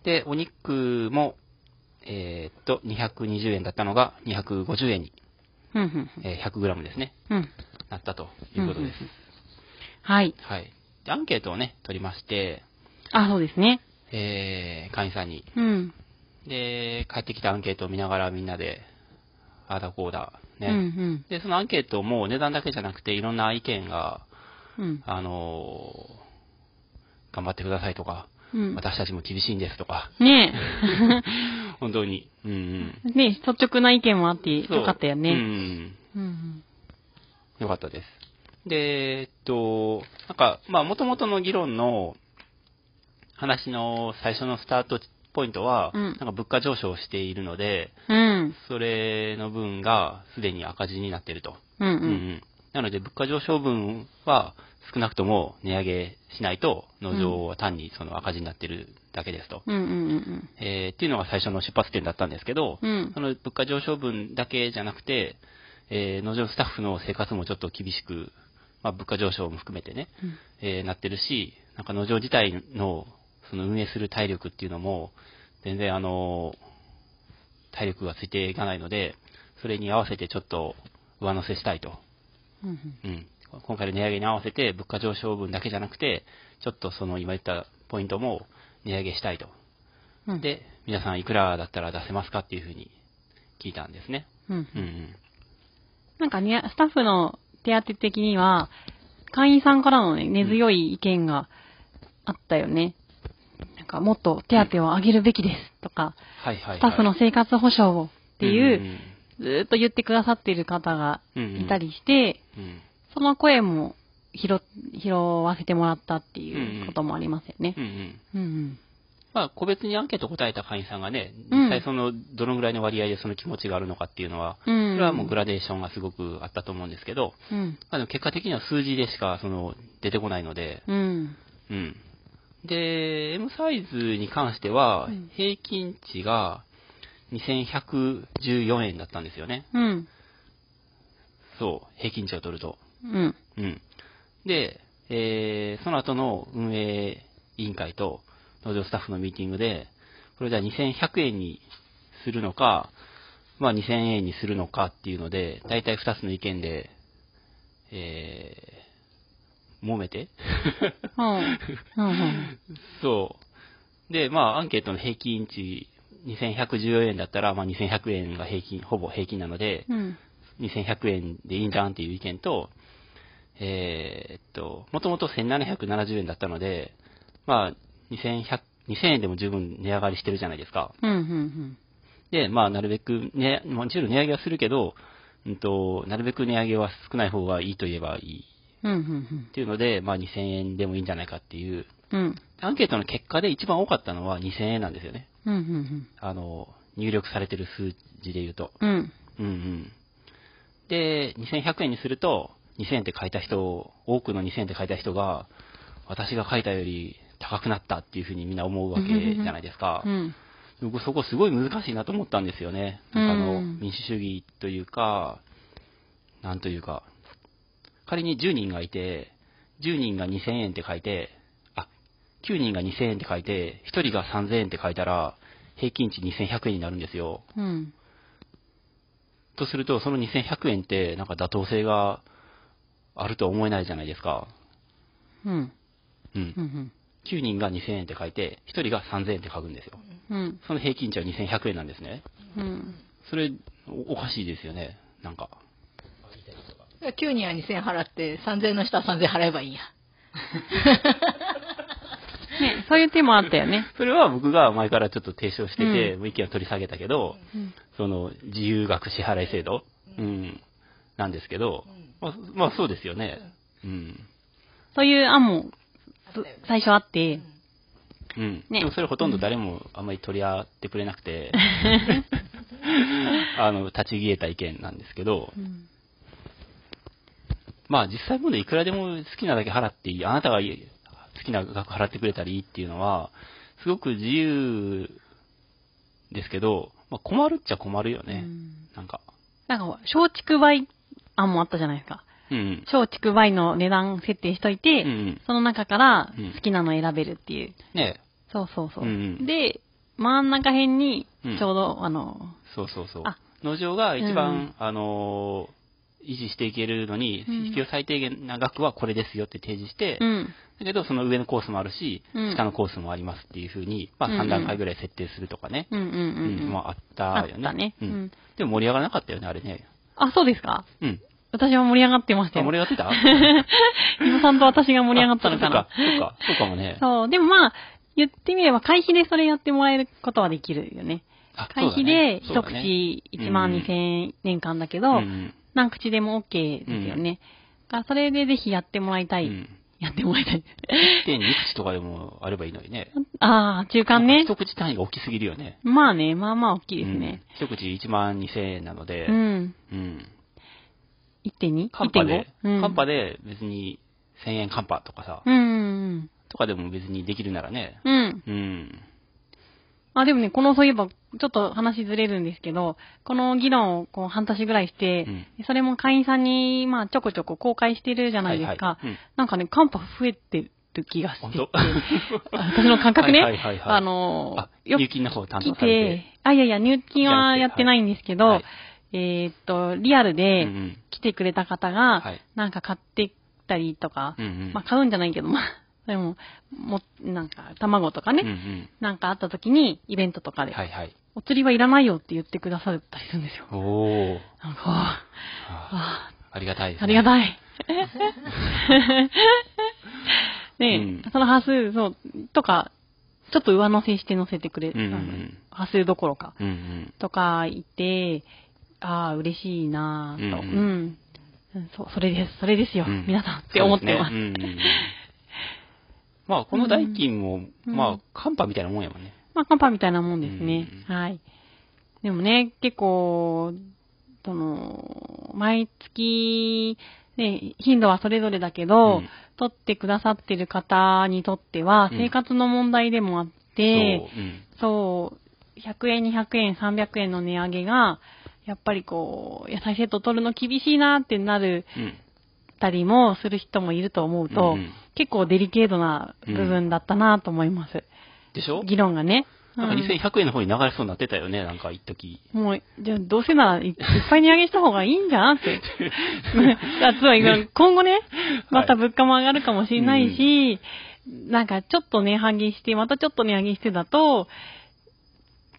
S2: で、お肉も、えーっと、220円だったのが250円に、
S1: うん、うん、うん
S2: えー 100g ですね、
S1: うん。
S2: なったということです。
S1: うんうんはい。
S2: はい。で、アンケートをね、取りまして、
S1: あ、そうですね。
S2: えー、会員さんに
S1: うん。
S2: で、帰ってきたアンケートを見ながらみんなで、ああだこうだ、ね。
S1: うん、
S2: で、そのアンケートも値段だけじゃなくて、いろんな意見が、
S1: うん。うん。
S2: あのー頑張ってくださいとか、
S1: うん。
S2: 私たちも厳しいんです
S1: *laughs*
S2: とか、
S1: ね
S2: 本当に。うんうん。
S1: え。ねえ、率直な意見もあって
S2: そう
S1: よかったよ
S2: う
S1: ね。
S2: ん
S1: うん。うん。
S2: うん。よかったです。で、えっと、なんか、まあ、もともとの議論の話の最初のスタートポイントは、
S1: うん
S2: なんか物価上昇しているので、
S1: うん。
S2: それの分がすでに赤字になっていると。
S1: うん。う。
S2: うんうんんなので、物価上昇分は少なくとも値上げしないと、農場は単にその赤字になってるだけですと。
S1: うん。うん。
S2: えーっていうのが最初の出発点だったんですけど、
S1: うん
S2: そ。の物価上昇分だけじゃなくて、えー農場スタッフの生活もちょっと厳しく、まあ、物価上昇も含めてね、
S1: うん
S2: えーなってるし、なんか農場自体のその運営する体力っていうのも、全然あの、体力がついていかないので、それに合わせてちょっと上乗せしたいと。
S1: うん。
S2: うん、今回の値上げに合わせて物価上昇分だけじゃなくて、ちょっとその今言ったポイントも値上げしたいと。
S1: うん。
S2: で、皆さんいくらだったら出せますかっていうふうに聞いたんですね。
S1: うん
S2: う。んうん。
S1: なんかね、スタッフの手当的には、会員さんからのね、根強い意見があったよね。なんか、もっと手当を上げるべきですとか、
S2: はいはい、はい。
S1: スタッフの生活保障をっていう、
S2: ん
S1: ずーっと言ってくださっている方が
S2: うん、
S1: いたりして、
S2: うんうん。
S1: その声も拾っ、拾わせてもらったっていうこともありますよね
S2: うん。うん。
S1: うんうん。
S2: まあ、個別にアンケート答えた会員さんがね、
S1: うん
S2: 実際その、どのぐらいの割合でその気持ちがあるのかっていうのは、
S1: う
S2: そ
S1: ん。
S2: れはもうグラデーションがすごくあったと思うんですけど、
S1: うん。
S2: まあ、でも結果的には数字でしか、その、出てこないので、
S1: うん。
S2: うん。で、M サイズに関しては
S1: うん、
S2: 平均値が2114円だったんですよね。
S1: うん。
S2: そう、平均値を取ると。
S1: うん。
S2: うん。で、えーその後の運営委員会と農場スタッフのミーティングで、これじゃあ2100円にするのか、まあ2000円にするのかっていうので、大体2つの意見でえー、揉めて
S1: うん。うんうん。
S2: *laughs* そう。で、まあ、アンケートの平均値、2114円だったら、まあ、2100円が平均、ほぼ平均なので、
S1: うん。
S2: 2100円でいいんじゃんっていう意見と、えーっと、もともと1770円だったので、まあ、2100、2000円でも十分値上がりしてるじゃないですか。
S1: うん。うん。
S2: で、まあ、なるべく、ね、もちろん値上げはするけど、うんと、なるべく値上げは少ない方がいいと言えばいい。
S1: うん。うん
S2: っていうので、まあ、2000円でもいいんじゃないかっていう。
S1: うん。うん。
S2: アンケートの結果で一番多かったのは2000円なんですよね。
S1: うん。うん。
S2: あの、入力されてる数字で言うと。
S1: うん。
S2: うんうん。で、2100円にすると、2000円って書いた人、多くの2000円って書いた人が、私が書いたより高くなったっていうふうにみんな思うわけじゃないですか
S1: う。ん。
S2: 僕そこすごい難しいなと思ったんですよね。なんかあの、
S1: うん
S2: 民主主義というか、なんというか、仮に10人がいて、10人が2000円って書いて、あ、9人が2000円って書いて、1人が3000円って書いたら、平均値2100円になるんですよ。
S1: うん。
S2: とすると、その2100円って、なんか妥当性があるとは思えないじゃないですか。
S1: うん。
S2: うん
S1: う。ん。
S2: 9人が2000円って書いて、1人が3000円って書くんですよ。
S1: うん。
S2: その平均値は2100円なんですね。
S1: うん。
S2: それ、おおかしいですよね。なんか。
S3: 9人は2000払って、3000の人は3000払えばいいんや。
S1: ね、そういう手もあったよね。
S2: それは僕が前からちょっと提唱してて、もう意見を取り下げたけど、
S1: うん。
S2: その、自由額支払い制度、うん、なんですけど、まあ、まあそうですよね。うん。
S1: そういう案も
S3: あったよね
S1: 最初あって、
S2: うん。
S1: ね
S2: でもそれほとんど誰もあんまり取り合ってくれな
S1: *laughs*
S2: くて、あの、立ち消えた意見なんですけど、
S1: うん。
S2: まあ実際問題いくらでも好きなだけ払っていい、あなたが好きな額払ってくれたらいいっていうのは、すごく自由ですけど、まあ困るっちゃ困るよね。なんか。
S1: なんかほら、松竹梅案もあったじゃないですか。
S2: うん。
S1: 松竹梅の値段設定しといて、
S2: うん
S1: その中から
S2: うん
S1: 好きなの選べるっていう。
S2: ね
S1: そうそうそう。
S2: うんうん
S1: で、真ん中辺に、
S2: うん
S1: ちょうど、あの、
S2: そうそうそう
S1: あ。
S2: 農場が一番、あのー維持していけるのに
S1: うん、
S2: 必要最低限な額はこれですよって提示して、
S1: うん。
S2: だけど、その上のコースもあるし、
S1: うん
S2: 下のコースもありますっていうふうに、まあ、
S1: うんうん
S2: 3段階ぐらい設定するとかね。
S1: うんうん
S2: う
S1: うんうん。
S2: まあ、あったよね。
S1: あったね
S2: うん
S1: うん
S2: でも盛り上がらなかったよね、あれね。
S1: あ、そうですか
S2: うん。
S1: 私は盛り上がってました
S2: あ盛
S1: よ
S2: り。上がってた
S1: 今さんと私 *laughs* が盛り上がったのかな
S2: あ。そうか、そうか、そうかもね。
S1: そう、でもまあ、言ってみれば会費でそれやってもらえることはできるよね。
S2: あ
S1: 会費で
S2: そう
S1: 一
S2: だね
S1: 口1万2000円年間だけど、
S2: そうだね
S1: 何口でも OK ですよね。だからそれでぜひやってもらいた
S2: うん
S1: い。
S2: うん。
S1: やってもらいた *laughs* い。
S2: 1.2口とかでもあればいいのにね。
S1: ああ、中間ね。
S2: 一口単位が大きすぎるよね。
S1: まあね、まあまあ大きいですね。
S2: うん。一口1万2000円なので、
S1: うん。
S2: うん。
S1: 1.2?1.5?
S2: カンパで、
S1: うん。
S2: カンパで別に1000円カンパとかさ、
S1: うんうん
S2: とかでも別にできるならね。
S1: うん。うん。
S2: うん。
S1: あ、でもね、この、そういえば、ちょっと話ずれるんですけど、この議論をこう半年ぐらいして、
S2: うん
S1: それも会員さんに、まあ、ちょこちょこ公開してるじゃないですか。
S2: はいはいうん
S1: なんかね、カンパ増えてる気がして
S2: 本
S1: て
S2: 当、
S1: あ私の感覚ね、
S2: はいはいはいはい
S1: あの
S2: あ、
S1: よ
S2: 入
S1: く
S2: 金の方を担当
S1: 来
S2: され
S1: て、あ、いやいや、入金はやってないんですけど、
S2: はいはい
S1: えーっと、リアル
S2: て、
S1: で
S2: うんうん
S1: 来てくれた方が、
S2: はい
S1: なんか買ってきたりとか、
S2: うんうん
S1: まあ、買うんじゃないけど、まあ、それも、も、なんか、卵とかね、
S2: うんうん
S1: なんかあった時に、イベントとかで、
S2: はいはい。
S1: お釣りはいらないよって言ってくださったりするんですよ。
S2: おお、
S1: なんか、あ
S2: はあ
S1: あ
S2: ありがたいです、ね。
S1: ありが
S2: い。
S1: た
S2: *laughs*
S1: い。ねえ、
S2: うん
S1: その端数、そう、とか、ちょっと上乗せして乗せてくれ、
S2: うんうんうん
S1: 端数どころか、
S2: うん
S1: とかいて、ああ、嬉しいなぁと、
S2: う
S1: うんん、
S2: う
S1: うんんそう、それです、それです
S2: う
S1: よ、
S2: ん。うん
S1: 皆さんって思ってます。
S2: そうですねうんうんうんまあ、この代金も、
S1: うん
S2: まあ、カンパみたいなもんやもんね。
S1: まあ、カンパみたいなもんですね。
S2: う
S1: はい。でもね、結構、その、毎月、ね、頻度はそれぞれだけど、
S2: うん
S1: 取ってくださってる方にとっては、
S2: うん
S1: 生活の問題でもあっ
S2: そう
S1: て、
S2: うん
S1: そう、100円、200円、300円の値上げが、やっぱりこう、野菜セット取るの厳しいなってなる
S2: うん。
S1: たりもする人もいると思うと、
S2: うんうん
S1: 結構デリケートな部分だったなと思います。
S2: でしょ
S1: 議論がね。
S2: なんか
S1: うん
S2: 2100円の方に流れそうになってたよね、なんか一時。
S1: もう、じゃあどうせならいいっぱい値上げした方がいいんじゃんって。 *laughs* だつまり今後ね、また物価も上がるかもしれないし、なんかちょっと値上げして、またちょっと値上げしてだと、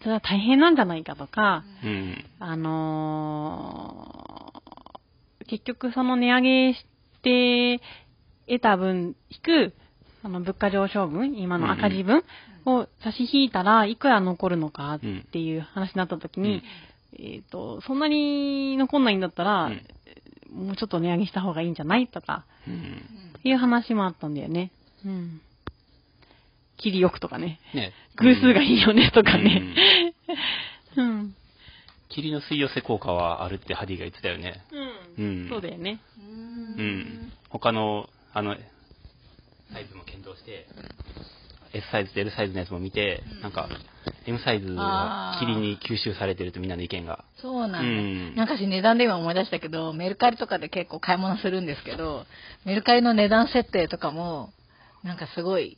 S1: それは大変なんじゃないかとか、
S2: うん。
S1: あのー結局その値上げして得た分引く、あの物価上昇分、今の赤字分を差し引いたらいくら残るのかっていう話になった時に、えっ、と、そんなに残んないんだったら、
S2: うん
S1: もうちょっと値上げした方がいいんじゃないとか、
S2: うん
S1: いう話もあったんだよね。うん。切りよくとかね。
S2: ね。
S1: 偶数がいいよねとか
S2: う
S1: ね
S2: ん。
S1: うん。うん。
S2: 霧の吸い寄せ効果はあるってハディが言ってたよね。うん
S1: そうだよね。
S2: うん。他の、あの、サイズも検討して、S サイズと L サイズのやつも見て、なんか、M サイズは霧に吸収されてるとみんなの意見が。
S3: そうなんだ、
S2: うん
S3: なんかし値段で今思い出したけど、メルカリとかで結構買い物するんですけど、メルカリの値段設定とかも、なんかすごい、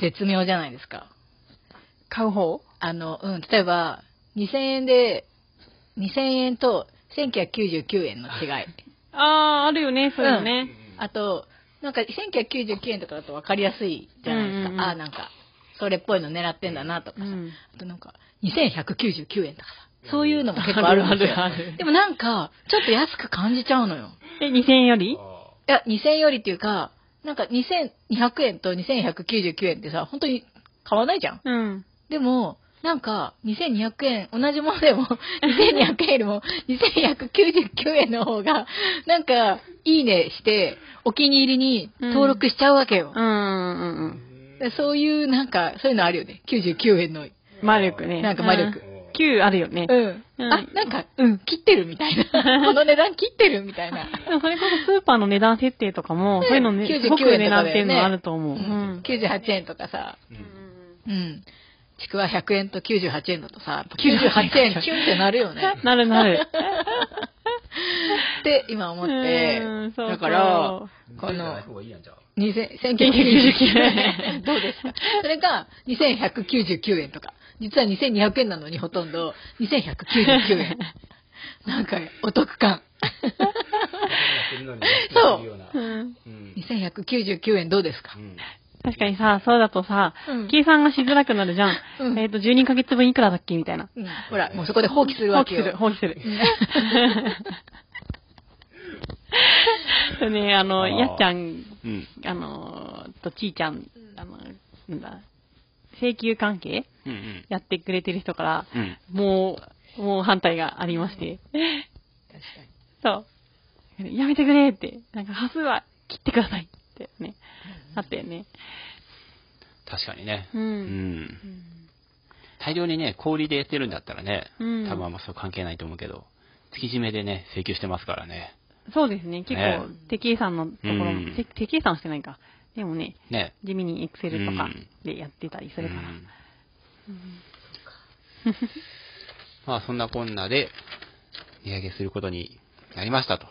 S3: 絶妙じゃないですか。
S1: 買う方
S3: あの、うん、例えば、2000円で、2000円と1999円の違い。
S1: ああ、あるよね、そういうのね。
S3: あと、なんか1999円とかだと分かりやすいじゃないですか。
S1: うんうんうん
S3: ああ、なんか、それっぽいの狙ってんだなとか
S1: う
S3: さ。
S1: ん。
S3: あとなんか、2199円とかさ。そういうのも結構あるんですよ。
S1: あるあるある
S3: でもなんか、ちょっと安く感じちゃうのよ。
S1: で、2000円より
S3: いや、2000よりっていうか、なんか2200円と2199円ってさ、本当に買わないじゃん。
S1: うん。
S3: でも、なんか、2200円、同じもの
S1: *laughs*
S3: でも、2200円よりも、2199円の方が、なんか、いいねして、お気に入りに登録しちゃうわけよ
S1: うん、う。ん、うん。
S3: でそういう、なんか、そういうのあるよね。99円の。
S1: 魔力ね。
S3: なんか魔力
S1: うん。9あるよね。
S3: うん。
S1: うん
S3: あ、なんか、うん、切ってるみ
S1: *laughs*
S3: たいな。この値段切ってるみたいな。
S1: でもそれこそスーパーの値段設定とかも、そういうのね、
S3: 99
S1: すごく
S3: 円
S1: 値
S3: とか
S1: 段
S3: だ
S1: っ
S3: よね
S1: ていうのあると思う。う
S3: うん
S1: ん。
S3: 98円とかさ、
S2: うん
S3: うん。ちくわ100円と98円だとさ、やっぱ98円キュンってなるよね。
S1: *laughs* なるなる。
S3: って今思って
S1: うん、そうそう
S3: だから、この、2000 1999円。
S1: *laughs*
S3: どうですかそれが2199円とか。実は2200円なのにほとんど2199円。
S1: *laughs*
S3: なんかお得感。そう。
S1: うん
S3: 2199円どうですか
S1: 確かにさ、そうだとさ、
S3: うん
S1: 計算がしづらくなるじゃん。
S3: うん
S1: えっ、と、12ヶ月分いくらだっけみたいな。
S3: うんほら、もうそこで放棄する
S1: 放
S3: わ
S1: 棄
S3: け
S1: す
S3: よ。
S1: る、放棄する。で *laughs* ね、あの、
S2: あー
S1: やっちゃん、
S2: うん。
S1: あの、とちーちゃん、あの、なんだ、請求関係
S2: うんうん。
S1: やってくれてる人から、
S2: うん。
S1: もう、もう反対がありま
S3: *laughs*
S1: して。そう。やめてくれって。なんか、端数は切ってくださいってね。あったよね。
S2: 確かにね。
S1: うん
S2: うん大量にね、氷でやってるんだったらね、
S1: うん
S2: 多分あんまそう関係ないと思うけど、月締めでね、請求してますからね。
S1: そうですね。結
S2: ね
S1: 構、手計算のところ
S2: う
S1: も、
S2: ん
S1: 手手計算はしてないか。でもね、
S2: ね。
S1: 地味にエクセルとか
S2: うん
S1: でやってたりするから。
S2: うんまあそんなこんなで、値上げすることになりましたと。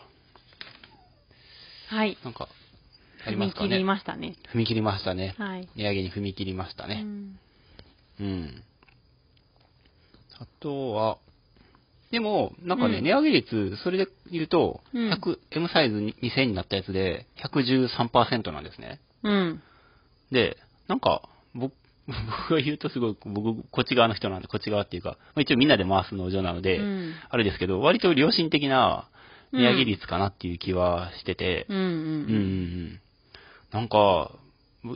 S1: はい。
S2: なんか、あり
S1: 踏
S2: ま
S1: み
S2: すか
S1: 切
S2: ね。
S1: りましたね。
S2: 踏み切りましたね。
S1: はい。
S2: 値上げに踏み切りました
S1: う
S2: ね。
S1: ん
S2: うん。あとは、でも、なんかね、
S1: うん
S2: 値上げ率、それで言うと、
S1: うん
S2: 100 M サイズ2000になったやつで、113%なんですね。
S1: うん。
S2: で、なんか、僕、 *laughs* 僕が言うとすごい、僕、こっち側の人なんで、こっち側っていうか、まあ一応みんなで回す農場なので、
S1: うん
S2: あれですけど、割と良心的な値上げ率かなっていう気はしてて、
S1: うんうん
S2: うんうんうんなんか、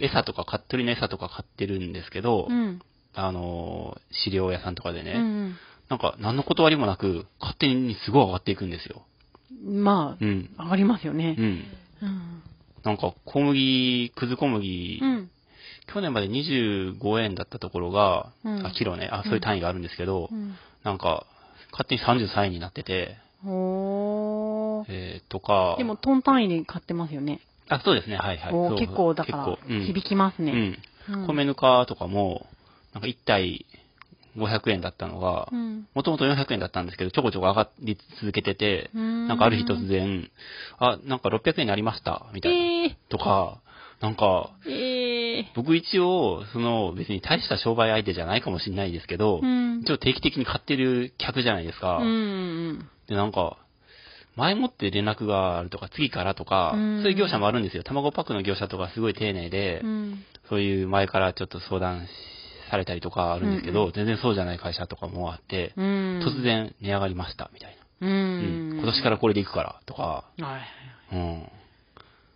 S2: 餌とか、買っ鳥の餌とか買ってるんですけど、
S1: うん。
S2: あのー、飼料屋さんとかでね、
S1: うん
S2: なんか、何の断りもなく、勝手にすごい上がっていくんですよ。
S1: うん。ま
S2: う
S1: あ、
S2: ん。
S1: 上がりますよ
S2: う
S1: ね。
S2: ん。
S1: うん。
S2: なんか、小麦、くず小麦、
S1: うん。
S2: 去年まで25円だったところが、
S1: うん
S2: あ、キロね、あ、そういう単位があるんですけど、
S1: うん
S2: なんか、勝手に33円になってて、
S1: おー。
S2: えー、とか、
S1: でも、トン単位で買ってますよね。
S2: あ、そうですね、はいはい。
S1: おー
S2: そう
S1: 結構、だから
S2: 結構、うん、
S1: 響きますね。
S2: う
S1: うん
S2: ん。米ぬかとかも、なんか1体500円だったのが
S1: う、ん。
S2: もともと400円だったんですけど、ちょこちょこ上がり続けてて、
S1: な
S2: なんかある日突然、あ、なんか600円になりました、みたいな。
S1: え
S2: とか、なんか、
S1: ー、え
S2: 僕一応、その別に大した商売相手じゃないかもしれないですけど、
S1: うん
S2: 一応定期的に買ってる客じゃないですか。
S1: うんうん
S2: で、なんか、前もって連絡があるとか、次からとか、
S1: うん
S2: そういう業者もあるんですよ。卵パックの業者とかすごい丁寧で、
S1: うん
S2: そういう前からちょっと相談されたりとかあるんですけど、全然そうじゃない会社とかもあって、
S1: うん
S2: 突然値上がりました、みたいな。
S1: う
S2: うん
S1: ん
S2: 今年からこれでいくから、とか、
S1: はい
S2: うん。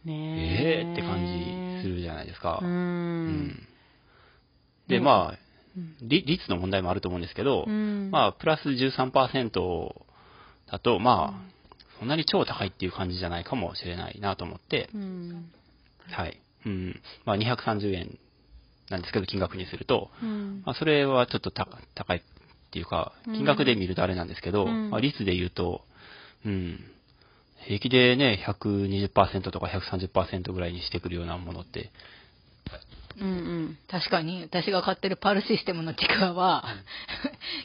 S1: ね
S2: えーって感じするじゃないですか。
S1: うん
S2: うんで、まあ、
S1: うん
S2: り率の問題もあると思うんですけど、
S1: うん
S2: まあ、プラス13%だと、まあ、そんなに超高いっていう感じじゃないかもしれないなと思って、
S1: うん
S2: はい。うん。まあ、230円なんですけど、金額にすると、
S1: うん
S2: まあ、それはちょっとた高いっていうか、
S1: うん
S2: 金額で見るとあれなんですけど、
S1: うん
S2: まあ、率で言うと、うん、平気でね、120%とか130%ぐらいにしてくるようなものって、
S1: うん
S3: 確かに、私が買ってるパルシステムのちくわは、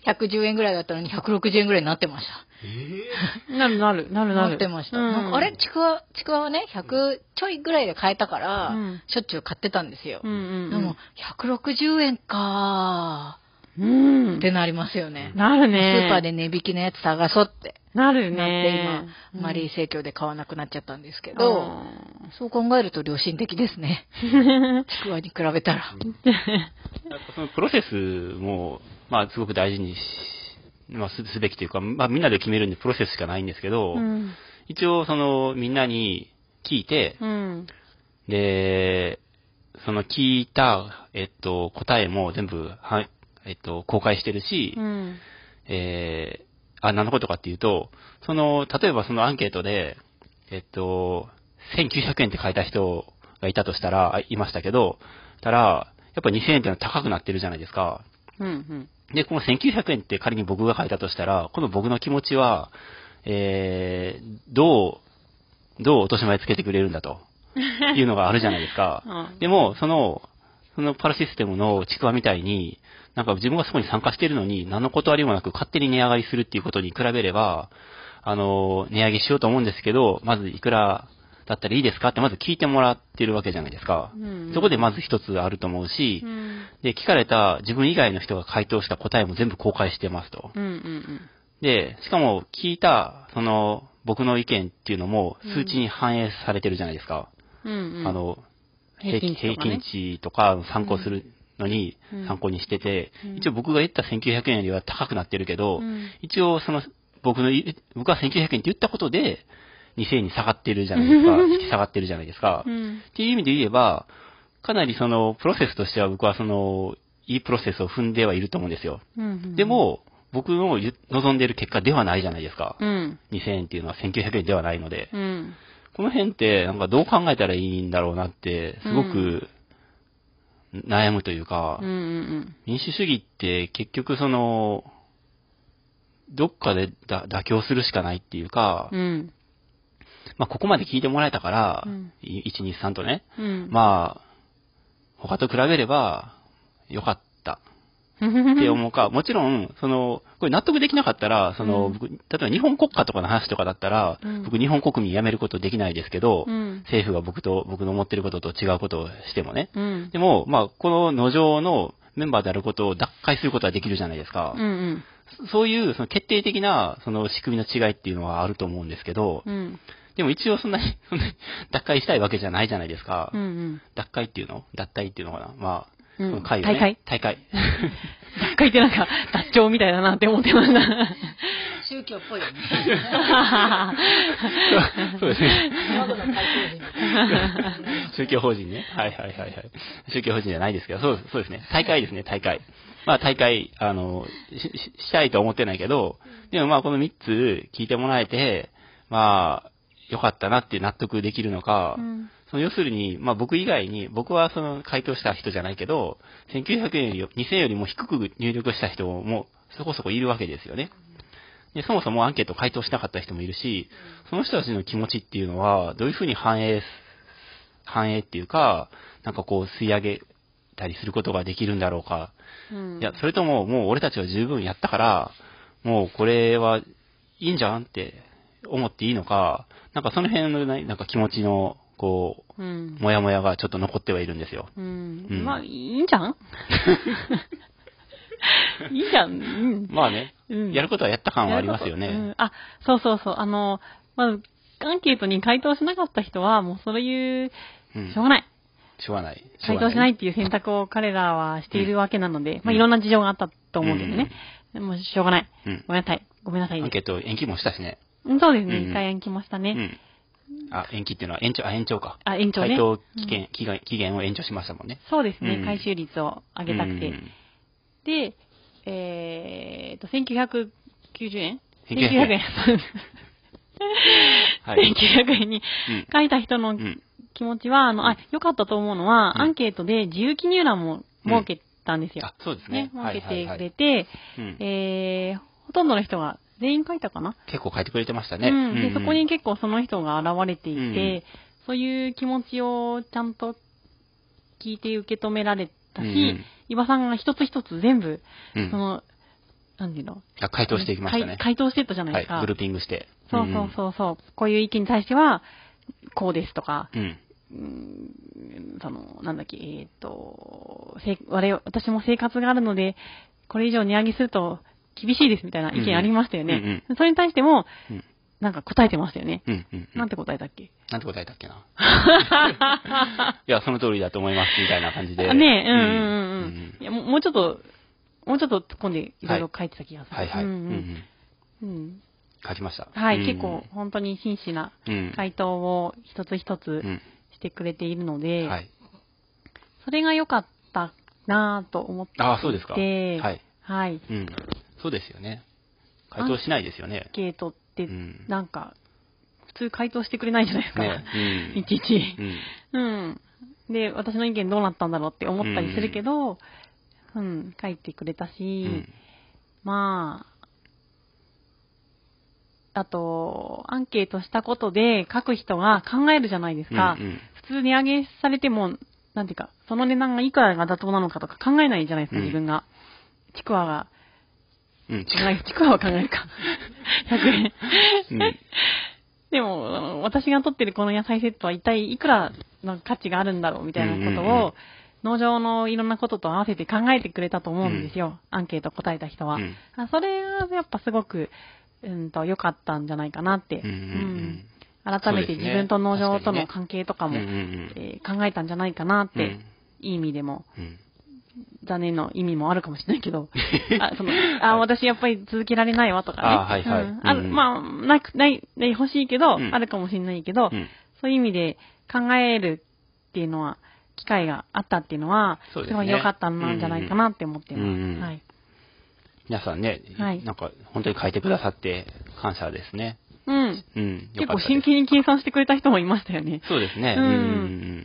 S3: 110円ぐらいだったのに160円ぐらいになってました。
S1: うんなるなるなるな
S3: な
S1: る
S3: ってました。
S1: うん
S3: なんかあれちくわ、ちくわはね、100ちょいぐらいで買えたから、
S1: うん
S3: しょっちゅう買ってたんですよ。
S1: うんうんうん
S3: でも、160円か
S1: うん
S3: ーってなりますよね。
S1: なるね
S3: スーパーで値引きのやつ探そうって
S1: なる
S3: なって、今
S1: ね、
S3: あまり生協で買わなくなっちゃったんですけど、そう考えると良心的ですね。
S1: うん
S3: ちくわに比べたら。
S2: やっぱそのプロセスも、まあ、すごく大事にし、まあ、すすべきというか、まあ、みんなで決めるんでプロセスしかないんですけど、
S1: うん *laughs*
S2: 一応、その、みんなに聞いて、
S1: うん
S2: で、その聞いた、えっと、答えも全部、はい、えっと、公開してるし、
S1: うん
S2: えー、あ、何のことかっていうと、その、例えばそのアンケートで、えっと、1900円って書いた人がいたとしたら、あいましたけど、たら、やっぱ2000円ってのは高くなってるじゃないですか。
S1: うん
S2: で、この1900円って仮に僕が書いたとしたら、この僕の気持ちは、えー、どう、どう落とし前つけてくれるんだと、いうのがあるじゃないですか。
S1: うん
S2: でも、その、そのパラシステムのちくわみたいに、なんか自分がそこに参加してるのに、何の断りもなく勝手に値上がりするっていうことに比べれば、あの、値上げしようと思うんですけど、まずいくらだったらいいですかってまず聞いてもらってるわけじゃないですか。
S1: うん
S2: そこでまず一つあると思うし、
S1: うん
S2: で、聞かれた自分以外の人が回答した答えも全部公開してますと。
S1: うんうん
S2: で、しかも聞いた、その、僕の意見っていうのも数値に反映されてるじゃないですか。
S1: うんうん
S2: あの、平
S1: 平均
S2: 均
S1: 値とかね
S2: 値とか参考するのに
S1: うん
S2: 参考にしてて、
S1: うん
S2: 一応僕が言った1900円よりは高くなってるけど、
S1: うん
S2: 一応その、僕の言う、僕は1900円って言ったことで、2000円に下がってるじゃな
S1: *laughs*
S2: いですか。引き下がってるじゃないですか。
S1: うん
S2: っていう意味で言えば、かなりその、プロセスとしては僕はその、いいプロセスを踏んではいると思うんですよ。
S1: うん
S2: でも、僕のゆ望んでる結果ではないじゃないですか。
S1: うん
S2: 2000円っていうのは1900円ではないので。
S1: うん
S2: この辺って、なんかどう考えたらいいんだろうなって、すごく悩むというか、
S1: うんうん
S2: 民主主義って結局その、どっかでだ妥協するしかないっていうか、
S1: うん
S2: まあここまで聞いてもらえたから、
S1: うん
S2: 123とね、
S1: うん
S2: まあ、他と比べれば、良かった
S1: っ
S2: って思うか、もちろん、その、これ納得できなかったら、その、
S1: うん
S2: 僕、例えば日本国家とかの話とかだったら、
S1: うん
S2: 僕日本国民辞めることできないですけど、
S1: うん
S2: 政府が僕と、僕の思ってることと違うことをしてもね。
S1: うん
S2: でも、まあ、この農場のメンバーであることを脱会することはできるじゃないですか。
S1: うん
S2: そそういう、その決定的な、その仕組みの違いっていうのはあると思うんですけど、
S1: うん
S2: でも一応そんなに、 *laughs* そんなに脱会したいわけじゃないじゃないですか。
S1: うん
S2: 脱会っていうの脱退っていうのかなまあ、
S1: うん
S2: その会を
S1: 大会
S2: ね。
S1: *laughs*
S2: 大会。
S1: 脱会ってなんか、脱腸みたいだなって思ってました。
S3: 宗教っぽいよね。
S2: *laughs* そうですね。
S3: 卵の解放人
S2: *laughs* 宗教法人ね。はいはいはいはい。宗教法人じゃないですけど、そうそうですね。大会ですね、大会。まあ大会、あの、し、ししたいとは思ってないけど、でもまあこの3つ聞いてもらえて、まあ、良かったなって納得できるのか、その要するに、まあ僕以外に、僕はその回答した人じゃないけど、1900円より、2000円よりも低く入力した人もそこそこいるわけですよね。で、そもそもアンケート回答しなかった人もいるし、その人たちの気持ちっていうのは、どういうふうに反映、反映っていうか、なんかこう吸い上げたりすることができるんだろうか。
S1: うん
S2: いや、それとももう俺たちは十分やったから、もうこれはいいんじゃんって思っていいのか、なんかその辺のななんか気持ちのこ
S1: うん
S2: う、。もやもやがちょっと残ってはいるんですよ。
S1: うん
S2: うん
S1: まあ、いいんじゃんいいじゃん。うん。
S2: まあね、
S1: うん
S2: やることはやった感はありますよね。
S1: やることうんあ、そうそうそう。あの、まず、アンケートに回答しなかった人は、もうそういう、
S2: うん
S1: しょうがない。
S2: しょうがない。。
S1: 回答しないいっていう選択を彼らはしているわけなので、まあ
S2: うん
S1: いろんな事情があったと思うけどね。もうしょうがない。
S2: うん
S1: ごめんなさい。ごめんなさい
S2: ア
S1: ね
S2: ン。ケート延期もしたしね。
S1: うんそうですね。
S2: うん
S1: 一回延期もしたね。
S2: うん。あ、延期っていうのは延長、あ、延長か。
S1: あ、延長ね。
S2: 回答期限,、期限期限を延長しましたもんね。
S1: そうですね。
S2: うん
S1: 回収率を上げたくて。
S2: うん
S1: で、えーっと、1990円
S2: 1900
S1: ?1900 円。
S2: はい。
S1: 1900円に
S2: うん
S1: 書いた人の
S2: うん。
S1: 気持ちは、あの、あ、良かったと思うのは、
S2: うん
S1: アンケートで自由記入欄も設けたんですよ
S2: あ。、そうです
S1: ね
S2: ね。、
S1: 設けてくれ
S2: い
S1: て、
S2: うん
S1: えー、ほとんどの人が全員書いたかな。
S2: 結構書いてくれてましたね。
S1: うん、で、
S2: うん
S1: そこに結構その人が現れていて、
S2: うん
S1: そういう気持ちをちゃんと聞いて受け止められたし、
S2: うん
S1: 伊庭さんが一つ一つ全部、
S2: うん
S1: その、なんていうの
S2: あ回答していきましたね
S1: 回。回答してったじゃないですか。
S2: はい。グルーピングして。
S1: そうそうそうそう。こういう意見に対しては、こうですとか、
S2: うん。うん。
S1: その、なんだっけ、えーっと、せ我々私も生活があるので、これ以上値上げすると厳しいですみたいな意見ありましたよ
S2: うんうん
S1: ね。それに対しても、
S2: うん。
S1: なんか答えてましたよね。
S2: うん。うん。
S1: なんて答えたっけ
S2: なんて答えたっけ
S1: *laughs*
S2: な。いや、その通りだと思います、みたいな感じで。
S1: あねえ、うんうんうん。う
S2: うん
S1: いやもうもうちょっと、もうちょっと突っ込んでいろいろ書いてた気がする。
S2: はいはい。
S1: う
S2: うんん
S1: う
S2: うんん
S1: うん
S2: 書きました。
S1: はい、
S2: うん
S1: 結構、本当に真摯な
S2: うん。
S1: 回答を一つ一つ
S2: うん
S1: してくれているので、
S2: はい。
S1: それが良かったなぁと思っていて、
S2: ああ、そうですか。はい。
S1: はい。
S2: うん。そうですよね。回答しないですよね
S1: アン。ケートって
S2: うん、
S1: なんか、普通回答してくれないじゃないですか。
S2: ねえうん
S1: *laughs* いちいち
S2: う。ん。
S1: うん。で、私の意見どうなったんだろうって思ったりするけど、うん、書いてくれたし、
S2: うん
S1: まあ、あと、アンケートしたことで書く人が考えるじゃないですか。
S2: うんうん
S1: 普通値上げされても、なんていうか、その値段がいくらが妥当なのかとか考えないじゃないですか、
S2: うん
S1: 自分が。ちくわが、
S2: うん。
S1: 考えちくわは考える
S2: *laughs*
S1: か。100円。
S2: うん
S1: でも、あの私が取ってるこの野菜セットは一体いくらの価値があるんだろうみたいなこと
S2: うんうんうん
S1: を、農場のいろんなことと合わせて考えてくれたと思うんですよ。アンケート答えた人は。
S2: うん
S1: あそれがやっぱすごく、うんと、良かったんじゃないかなって。
S2: うんうんうん
S1: うん改めて
S2: そうです
S1: 自
S2: ね
S1: 分と農場との
S2: 確か
S1: 関係とかも、
S2: うんうんうん
S1: えー考えたんじゃないかなって、
S2: うん
S1: いい意味でも、
S2: うん
S1: 残念の意味もあるかもしれないけ
S2: *laughs*
S1: ど、あ、その、あ、私やっぱり続けられないわとかね。
S2: あはいはい
S1: うんある
S2: うん
S1: まあ、なく、ない、ない欲しいけど、
S2: うん
S1: あるかもしれないけど、
S2: うん
S1: そういう意味で考えるっていうのは、機会があったっていうのは、
S2: そうですすね
S1: ごい良かったんじゃないかなって思ってます。
S2: うんうん
S1: はい。
S2: 皆さんね
S1: はい、
S2: なんか本当に書いてくださって感謝ですね。
S1: うん。
S2: うん。よ
S1: 結構
S2: かったです
S1: 真剣に計算してくれた人もいましたよね。
S2: そうですね。
S1: う
S2: うんんうんう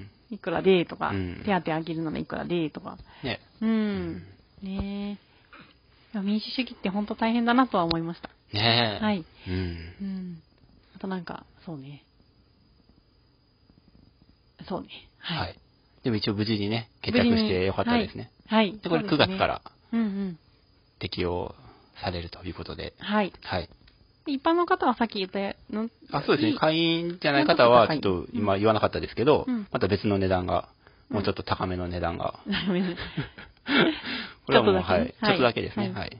S2: ん。
S1: いくらでとか、
S2: うん
S1: 手当あげるならいくらでとか。
S2: ね。
S1: うん。ねえ。いや民主主義って本当大変だなとは思いました。
S2: ねえ。
S1: はい。
S2: うん。
S1: うん。あとなんか、そうね。そうね。はい。
S2: はい。でも一応無事にね、決着してよかったですね。
S1: はい。はい。
S2: で、これ
S1: そう
S2: 9
S1: すね
S2: 月か。ら
S1: うんうん。
S2: 適用されるということで。
S1: はい。
S2: はい。
S1: 一般の方はさっき言ったの、
S2: あ、そうです
S1: い
S2: ね。
S1: い
S2: 会員じゃない方は、
S1: もう
S2: ち
S1: ちょ
S2: ょ
S1: っと
S2: っと
S1: 高い
S2: 今言わなかったですけど、
S1: うん
S2: また別の値段が、
S1: うん
S2: もうちょっと高めの値段が。
S1: ご *laughs* めんなさい
S2: *laughs* これはもう、
S1: ちょっとだ
S2: は
S1: け
S2: い
S1: ね。
S2: ちょっとだけですね。
S1: は
S2: はい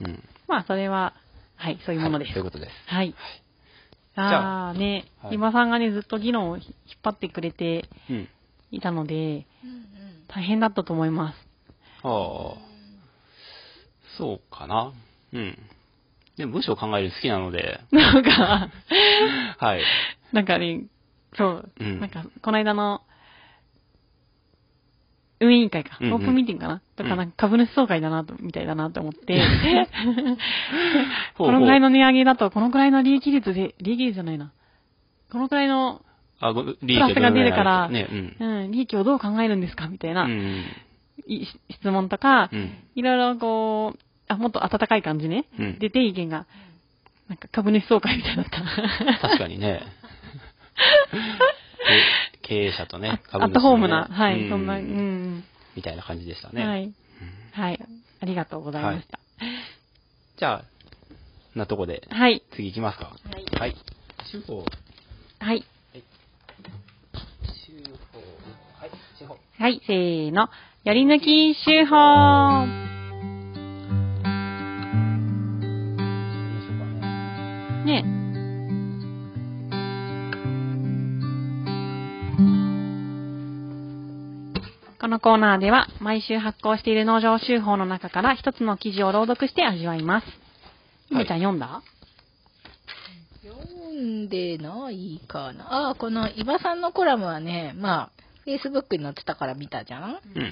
S2: い。うん。
S1: *laughs* まあ、それは、はい、そういうものです。
S2: はいそういうことです。
S1: はい。
S2: じ
S1: あ
S2: ゃ
S1: あー、ね、
S2: はい
S1: 今さんがね、ずっと議論を引っ張ってくれて
S2: うん。
S1: いたので、
S3: うんうん
S1: 大変だったと思います。
S2: ああ。そうかな。うん。でも文章を考えるの好きなので、
S1: なん
S2: *laughs*
S1: か、
S2: はい。
S1: なんかね、そう、
S2: うん
S1: なんか、この間の、運営委員会か、
S2: うんうん
S1: オープンミーティングかなとか、なんか株主総会だなと、みたいだなと思
S2: *laughs*
S1: って、
S2: ほうほう
S1: このくらいの値上げだと、このくらいの利益率で、利益率じゃないな。このくらいの、
S2: あ、ご利
S1: プ
S2: 益
S1: ラ
S2: を
S1: ス
S2: ど
S1: が
S2: のぐ
S1: 出
S2: い
S1: るから、
S2: になるかね、
S1: うん、利益をどう考えるんですかみたいな、
S2: うん。うん。
S1: いし質問とか、
S2: うん。
S1: いろいろこう、あ、もっと温かい感じね。
S2: うん
S1: 出て意見が、なんか株主総会みたいだった。
S2: 確かに
S1: *laughs*
S2: ね。け経営者とね、
S1: *laughs* あ
S2: 株主のね
S1: アットホームな、はい、
S2: う
S1: そんな、うん、
S2: みたいな感じでしたね。
S1: はい、はい、ありがとうございました。
S2: じゃあ、こんなとこで、
S1: はい、
S2: 次行きますか。
S1: はい
S2: はい。主語
S1: はい、
S3: 法。
S1: はい、せーの。やり抜き手法ねこのコーナーでは毎週発行している農場手法の中から一つの記事を朗読して味わいます。ゆめちゃん読んだ、
S3: 読んでないかな。あーこの伊庭さんのコラムはね、まあ、Facebook に載ってたから見たじゃん
S2: うん。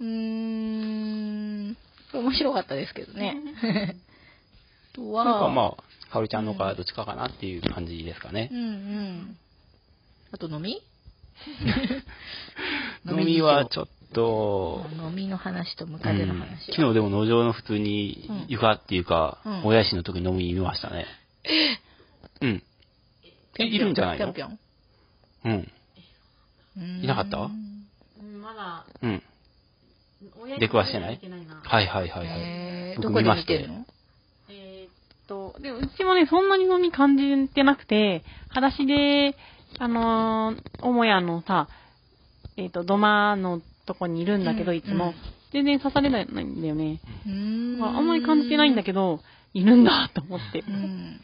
S3: うーん、これ面白かったですけ
S2: *laughs*
S3: どね。あとは、
S2: なんかまあ、かおりちゃんのかどっちかかなっていう感じですかね
S3: う。んうん。あと飲み
S2: 飲みはちょっと、
S3: 飲みの話とム
S2: う
S3: カデの
S2: ん
S3: 話。
S2: 昨日でも農場の普通に
S3: うん
S2: 床っていうか
S3: うん、
S2: もやしの時に飲みに見ましたね。うん。え、いるんじゃないの
S3: ぴょん
S2: うん。
S3: ぴょん。
S2: いなかった
S3: うん
S1: まだ、
S2: うん。
S1: 親
S2: 出くわしてないはいはいはいはい。
S3: えーど
S2: 僕
S3: こ
S2: 見
S3: で
S2: ま
S3: 見
S2: した
S3: て
S2: よ
S3: るの
S1: えーっと、でもうちもね、そんなに飲み感じてなくて、裸足で、あのー、母屋のさ、えーっと、土間のとこにいるんだけど、
S3: うん
S1: いつも、
S3: うん
S1: 全然刺されないんだよね。
S3: うーん。
S1: まああんまり感じてないんだけど、いるんだと思って
S3: う。ん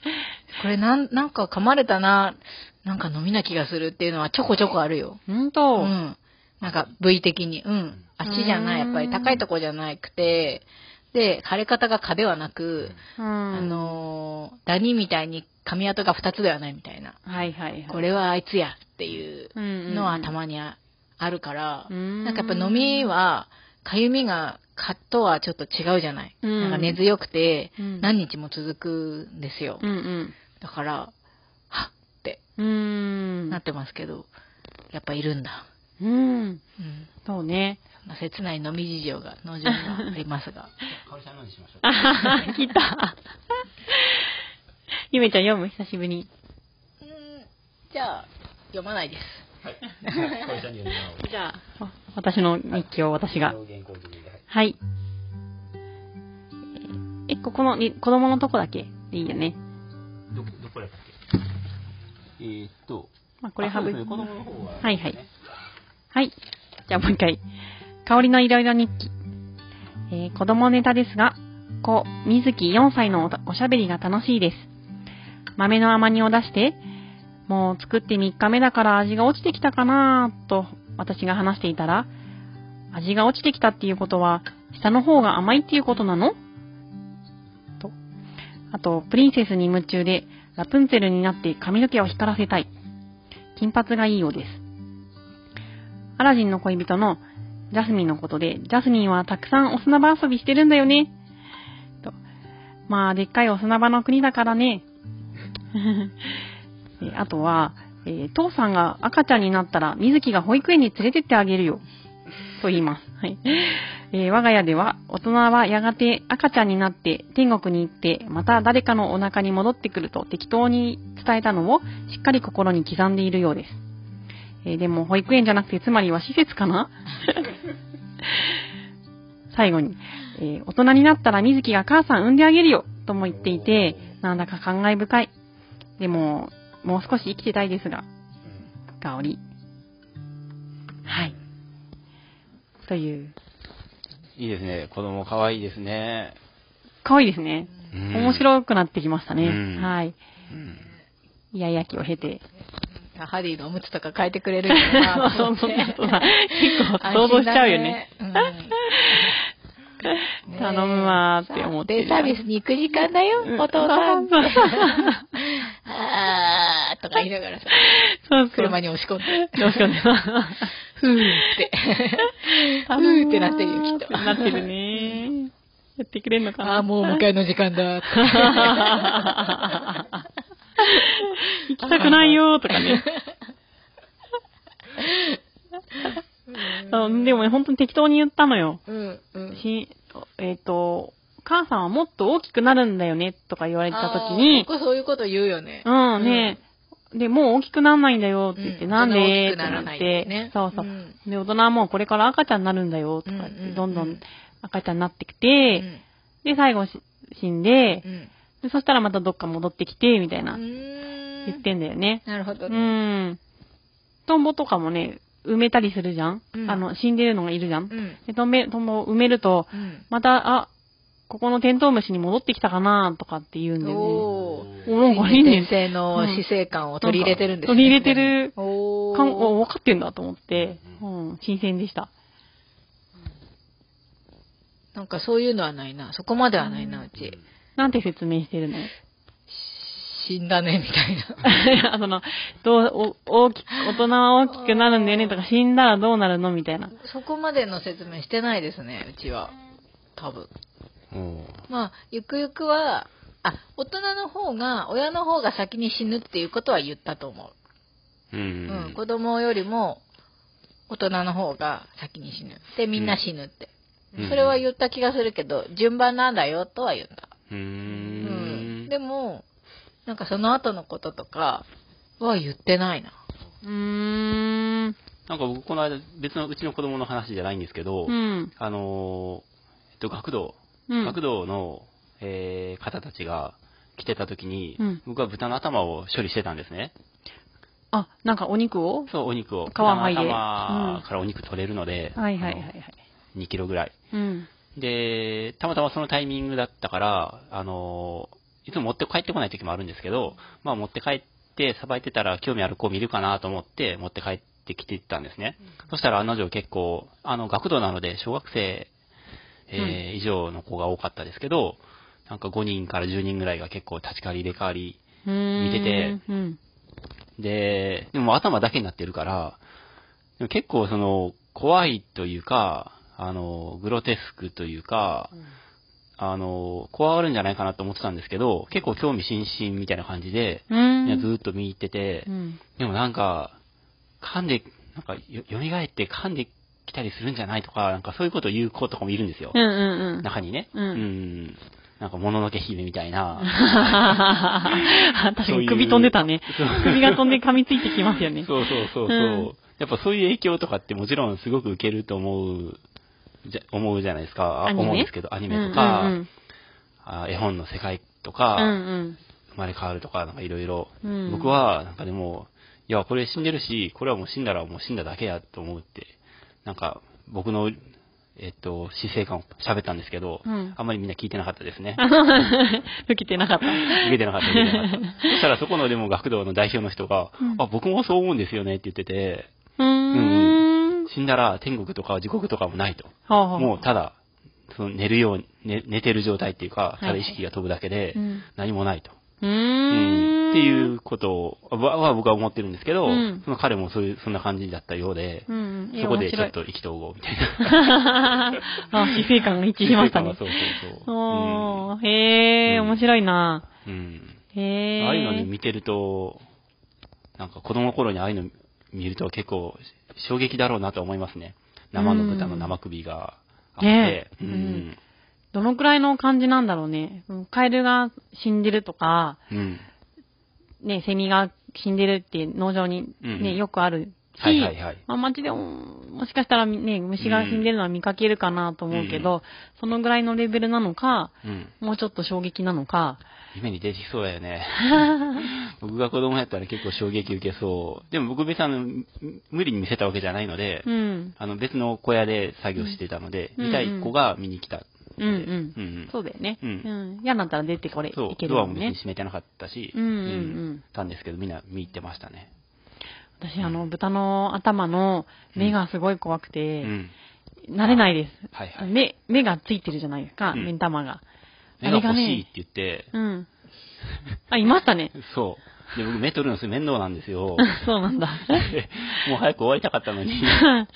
S3: これなん、なんか噛まれたな、なんか飲みな気がするっていうのはちょこちょこあるよ。
S1: ほん
S3: う
S1: と、
S3: ん。なんか部位的に。うん。あっちじゃない。やっぱり高いとこじゃなくて、で、枯れ方が蚊ではなく、
S1: うん。
S3: あのー、ダニみたいに髪跡が2つではないみたいな。
S1: はいはいはい。
S3: これはあいつやっていうのはた
S1: に。
S3: まにああるから、
S1: うん
S3: なんかやっぱ飲みは、かゆみが蚊とはちょっと違うじゃない。
S1: うん
S3: なんか根強くて、
S1: うん
S3: 何日も続くんですよ。
S1: うんうん。
S3: だから、はっって
S1: う
S3: なっ
S1: ん。
S3: てますけど、やっぱいるんだ。
S1: うん。
S3: うん。
S1: そうね。
S3: そんな切ない飲み事情が農場にはありますが。
S2: かおりちゃんのにしましょ
S1: あはは、来た。ゆめちゃん読む久しぶりに。
S3: *laughs* うん、じゃあ、読まないです。
S2: う。はい。かおりちゃんに読んでもらおう
S1: じゃあ、私の日記を私が。はい。え、ここのに、子供のとこだけでいいよね。
S2: ど、どこやったっけえーっと、
S1: まあ、これ
S2: あそ
S1: 省
S2: う
S1: い
S2: ですね子供の方は、
S1: はいはいはい。じゃあもう一回。香りのいろいろ日記。えー子供ネタですが、子、水木4歳のおたおしゃべりが楽しいです。豆の甘煮を出して、もう作って3日目だから味が落ちてきたかなぁと私が話していたら、味が落ちてきたっていうことは、下の方が甘いっていうことなのと。あと、プリンセスに夢中で、ラプンツェルになって髪の毛を光らせたい。金髪がいいようです。アラジンの恋人のジャスミンのことで、ジャスミンはたくさんお砂場遊びしてるんだよね。とまあ、でっかいお砂場の国だからね。 *laughs* えあとは、えー父さんが赤ちゃんになったら、水木が保育園に連れてってあげるよ。と言います。はい。えー我が家では、大人はやがて赤ちゃんになって天国に行って、また誰かのお腹に戻ってくると適当に伝えたのをしっかり心に刻んでいるようです。えーでも保育園じゃなくてつまりは施設かな *laughs* 最後に、えー大人になったら水木が母さん産んであげるよとも言っていて、なんだか感慨深い。でも、もう少し生きてたいですが、香り。はい。という。
S2: いいですね。子供可愛いですね。
S1: 可愛いですね。
S2: うん
S1: 面白くなってきましたね。
S2: うん
S1: はい。
S2: うん
S1: イヤイヤ期を経て。
S3: ハリーのおむつとか変えてくれるんだ *laughs* なと思って。
S1: そうそうそう結構想像しちゃうよね
S3: 安心だね。うん
S1: 頼むわーって思って
S3: デイサービスに行く時間だよ、お父さ
S1: *laughs*
S3: ん。あーとか言いながらさ、
S1: そうそう。
S3: 車に押し込んで、
S1: どうしようね。
S3: *laughs* ふーって、ふーってなってるよ、きっと。
S1: なってるね。やってくれるのかな
S3: あーもう迎えの時間だ。
S1: 行きたくないよーとか
S3: *laughs*
S1: ね。うんでもね、本当に適当に言ったのよ。
S3: *laughs* うん、うん。
S1: しえっ、と、母さんはもっと大きくなるんだよねとか言われた時
S3: あー
S1: に、
S3: ここそういうこと言うよね。
S1: うんね、で、もう大きくならないんだよって言って、
S3: うん
S1: なんでっ
S3: 大人
S1: て
S3: は大きくなら
S1: な
S3: な
S1: っ
S3: いんだよ
S1: て、
S3: ね
S1: そうそう、
S3: うん
S1: で、大人はもうこれから赤ちゃんになるんだよとか言って、
S3: うんうん
S1: どんど
S3: うんん
S1: 赤ちゃんになってき
S3: う
S1: て、
S3: ん。
S1: で、最後し死んで
S3: う、ん。
S1: でそしたらまたどっか戻ってきて、みたいな、
S3: うーん
S1: 言ってんだよね。
S3: なるほど
S1: う
S3: ね。
S1: ん。トンボとかもね、埋めたりするじゃん、
S3: うん
S1: あの、死んでるのがいるじゃん、
S3: うん。
S1: で、とめ、とも埋めると、
S3: うん。
S1: また、あ、ここのテントウムシに戻ってきたかなとかって言うんでね。お
S3: おー。
S1: なんかいいね。
S3: 先生の姿勢感を取り入れてるんですね。
S1: 取り入れてる
S3: おー。
S1: かん、お分かってんだと思って、うん、新鮮でした。
S3: なんかそういうのはないな。そこまではないな、うち。
S1: なんて説明してるの *laughs* い
S3: 死んだね、みたいな。
S1: やその、どう、お、大きく、大人は大きくなるんだよねとか、死んだらどうなるのみたいな。
S3: そこまでの説明してないですね、うちは。多分。
S2: おー
S3: まあ、ゆくゆくは、あ、大人の方が、親の方が先に死ぬっていうことは言ったと思
S2: う
S3: う。
S2: ん
S3: うん、子供よりも、大人の方が先に死ぬ。で、みんな死ぬって。
S2: うん
S3: それは言った気がするけど、順番なんだよとは言った。
S2: うー。
S3: うんでも、なんかその後のこととかは言ってないな。
S1: うーん。
S2: なんか僕、この間、別のうちの子供の話じゃないんですけど、
S1: うん。
S2: あのー、えっと、学童、
S1: うん
S2: 学童の、えー方たちが来てた時に、
S1: うん
S2: 僕は豚の頭を処理してたんですね。
S1: あ、なんかお肉を
S2: そう、お肉を。
S1: 皮剥いで
S2: 豚の頭からお肉取れるので、
S1: はいはいはいはい。
S2: あの2キロぐらい。
S1: うん。
S2: で、たまたまそのタイミングだったから、あのー、いつも持って帰ってこない時もあるんですけど、まあ持って帰って、さばいてたら興味ある子見るかなと思って、持って帰ってきてたんですね。そしたら案の定結構、あの、学童なので、小学生、えー以上の子が多かったですけど、なんか5人から10人ぐらいが結構立ち替わり入れ替わり、
S1: うーん
S2: 見てて、
S1: うん。
S2: で、でも頭だけになってるから、でも結構その、怖いというか、あの、グロテスクというか、あの、怖がるんじゃないかなと思ってたんですけど、結構興味津々みたいな感じで、
S1: うーん。
S2: いやずーっと見入ってて
S1: う、ん。
S2: でもなんか、噛んで、なんかよ、蘇って噛んできたりするんじゃないとか、なんかそういうことを言う子とかもいるんですよ
S1: うん。うんうん。
S2: 中にね。
S1: うん
S2: んなんか、もののけ姫みたいな。
S1: *laughs* 確かに首飛んでたね。首が飛んで噛みついてきますよね。
S2: そうそうそうそう、
S1: うん
S2: やっぱそういう影響とかってもちろんすごく受けると思う、じゃ思うじゃないですか。
S1: アニメ
S2: 思うんですけど、アニメとか、
S1: うん
S2: あ絵本の世界と
S1: う
S2: か、
S1: ん
S2: 生まれ変わるとか、なんかいろいろ。
S1: うん
S2: 僕は、なんかでも、いや、これ死んでるし、これはもう死んだらもう死んだだけやと思うって、なんか、僕の、えっと、死生観を喋ったんですけど、
S1: うん
S2: あんまりみんな聞いてなかったですね。
S1: うん。受けてなかった。
S2: 受けてなかった、受けてな
S1: *laughs*
S2: かった。そしたらそこのでも学童の代表の人が、あ、僕もそう思うんですよねって言ってて、
S1: うーん。
S2: 死んだら天国とか地獄とかもないと。
S1: はあはあ
S2: もうただ、その寝るように、寝寝てる状態っていうか、
S1: い
S2: ただ意識が飛ぶだけで
S1: うん、
S2: 何もないと。
S1: うー
S2: うん
S1: ん。
S2: っていうことを、わは僕は思ってるんですけど、
S1: うん
S2: その彼もそういう、そんな感じだったようで、
S1: うんうん。
S2: そこでちょっ
S1: い
S2: と意気投合みたい
S1: や。
S2: な。
S1: 面白い *laughs* あ、死生観が一致しましたね
S2: そう。そうそう。
S1: おー、へえ、
S2: うん
S1: 面白いな
S2: うんうん
S1: へえ。
S2: ああいうのね、見てると、なんか子供の頃にああいうの見ると結構衝撃だろうなと思いますね。生の豚の生首があって。
S1: ねえ
S2: うん
S1: うんどのくらいの感じなんだろうね。うんカエルが死んでるとか、
S2: うん
S1: ね、セミが死んでるって農場にね、
S2: うん
S1: よくあるし、
S2: はいはいはい
S1: まあ、街でも、もしかしたらね、虫が死んでるのは見かけるかなと思うけど、そのぐらいのレベルなのか、
S2: うん
S1: もうちょっと衝撃なの
S2: *laughs*
S1: か、
S2: 夢に出てきそうやよね。僕が子供やったら結構衝撃受けそう。でも僕別にあのむ無理に見せたわけじゃないので、
S1: うん、
S2: あの別の小屋で作業してたので、
S1: うん
S2: 見たい子が見に来た。
S1: うん、うん、
S2: うん
S1: そうだよね。
S2: うん
S1: ん嫌になったら出てこれ、
S2: そ、
S1: いうける
S2: ドア
S1: もん
S2: も別に
S1: ね。
S2: 閉めてなかったし、
S1: うんうんうん
S2: たんですけど、みんな見入ってましたね。
S1: 私、あの、豚の頭の目がすごい怖く
S2: う
S1: て、
S2: ん。
S1: 慣れないです。
S2: はいはい
S1: 目、目がついてるじゃないですか、
S2: うん
S1: 目ん玉が。
S2: 目が欲しいって言って、
S1: うん。あ、いましたね。
S2: そう。で、僕目取るのすごい面倒なんですよ。 *laughs*
S1: そうなんだ。
S2: でもう早く終わりたかったのに、
S1: *laughs*
S2: なん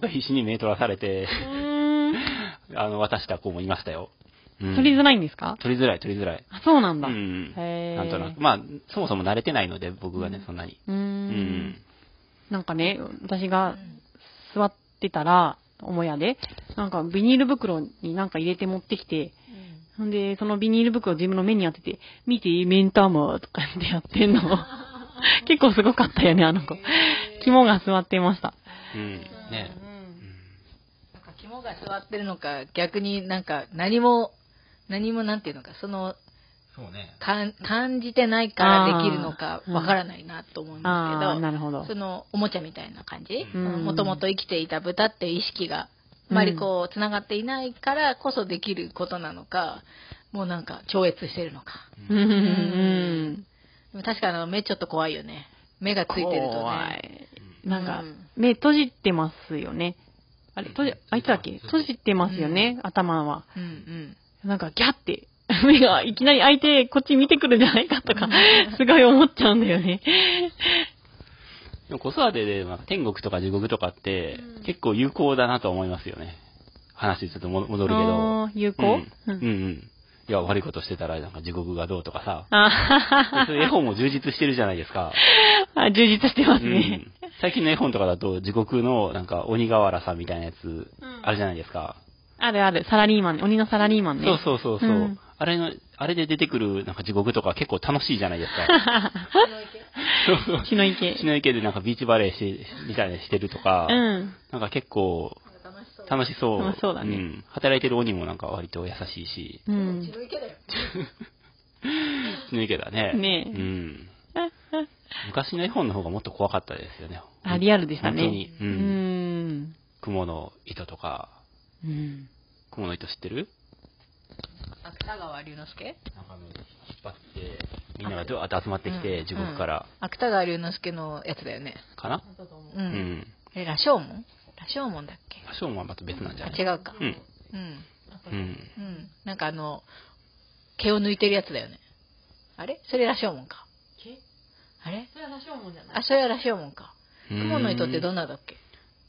S2: か必死に目取らされて、
S1: うーん。
S2: あの、渡した子もいましたよ。うん
S1: 取りづらいんですか
S2: 取りづらい、取りづらい。
S1: あ、そうなん
S2: う
S1: だ。
S2: ん。
S1: へー
S2: なんとなく。まあ、そもそも慣れてないので、僕がね、そんなに。
S1: うーん
S2: うん。
S1: なんかね、私が座ってたら、母屋で、なんかビニール袋になんか入れて持ってきて、ほんで、そのビニール袋を自分の目に当てて、見て、メンターマーとかってやって *laughs* んの。結構すごかったよね、あの子。肝が座ってました。
S2: うん。ね。
S3: なんか肝が座ってるのか、逆になんか何も、何もなんていうのか、その
S4: そうね。
S3: かん感じてないからできるのかわからないなと思いま
S1: あ
S3: す
S1: あ、
S3: けど、
S1: なるほど
S3: そ。のおもちゃみたいな感じ
S2: う
S3: もともと生きていた豚っていう意識があまりこうつながっていないからこそできることなのかもうなんか超越してるのか
S1: うんうんうん
S3: でも確かにあの目ちょっと怖いよね目がついてると
S1: 怖
S3: ね
S1: い。なんか
S3: うん、
S1: 目閉じてますよね。あれ、閉じ、あいつだっけ
S4: そう
S1: 閉じてますよね、頭は。
S3: うんうん
S1: なんか、ギャって、 *laughs* 目がいきなり開いて、こっち見てくるんじゃないかとか、すごい思っちゃうんだよね。
S2: でも子育てで、まあ、天国とか地獄とかって、結構有効だなと思いますよね。話ちょっとも戻るけど。
S1: あー有効
S2: うん、
S1: う
S2: うんん、うん。いや、悪いことしてたら、なんか地獄がどうとかさ。
S1: あはは
S2: そういう絵本も充実してるじゃないですか。
S1: あ充実してます
S2: う
S1: ね。
S2: ん最近の絵本とかだと、地獄のなんか鬼瓦さんみたいなやつ、あるじゃないですか。
S1: あるある、サラリーマンね、鬼のサラリーマンね。
S2: そうそうそうそう、
S1: うん
S2: あれの、あれで出てくるなんか地獄とか結構楽しいじゃないですか。そうそう
S1: 血の池
S2: 血の池でなんかビーチバレーし、みたいなしてるとか、
S1: うん。
S2: なんか結構、楽しそう。
S1: 楽しそうだね
S2: ん働いてる鬼もなんか割と優しいし、
S1: うん。
S2: 血の池だね。
S1: ねえ
S2: うん。昔の絵本の方がもっと怖かったですよね。
S1: あ、リアルでしたね。
S2: 本当に
S1: う
S2: うんん。
S1: うん。
S2: 雲の糸とか、
S1: うん。
S2: 雲の糸知ってる
S3: 芥川龍之介
S2: なんかね、引っ張って、みんながドワーッと集まってきて、地獄から、
S3: 芥川龍之介のやつだよね
S2: かな
S3: う
S2: うんん。
S3: え羅生門羅生門だっけ
S2: ファッションはまた別なんじゃ
S3: あ
S2: ない
S3: 違うか
S2: うん。
S3: うん
S2: うん。
S3: うんなんかあの毛を抜いてるやつだよねあれそれ羅生門かあれ
S1: それは羅生門じゃ
S3: あそれは羅生門か雲の糸ってどん
S2: な
S3: なだっけ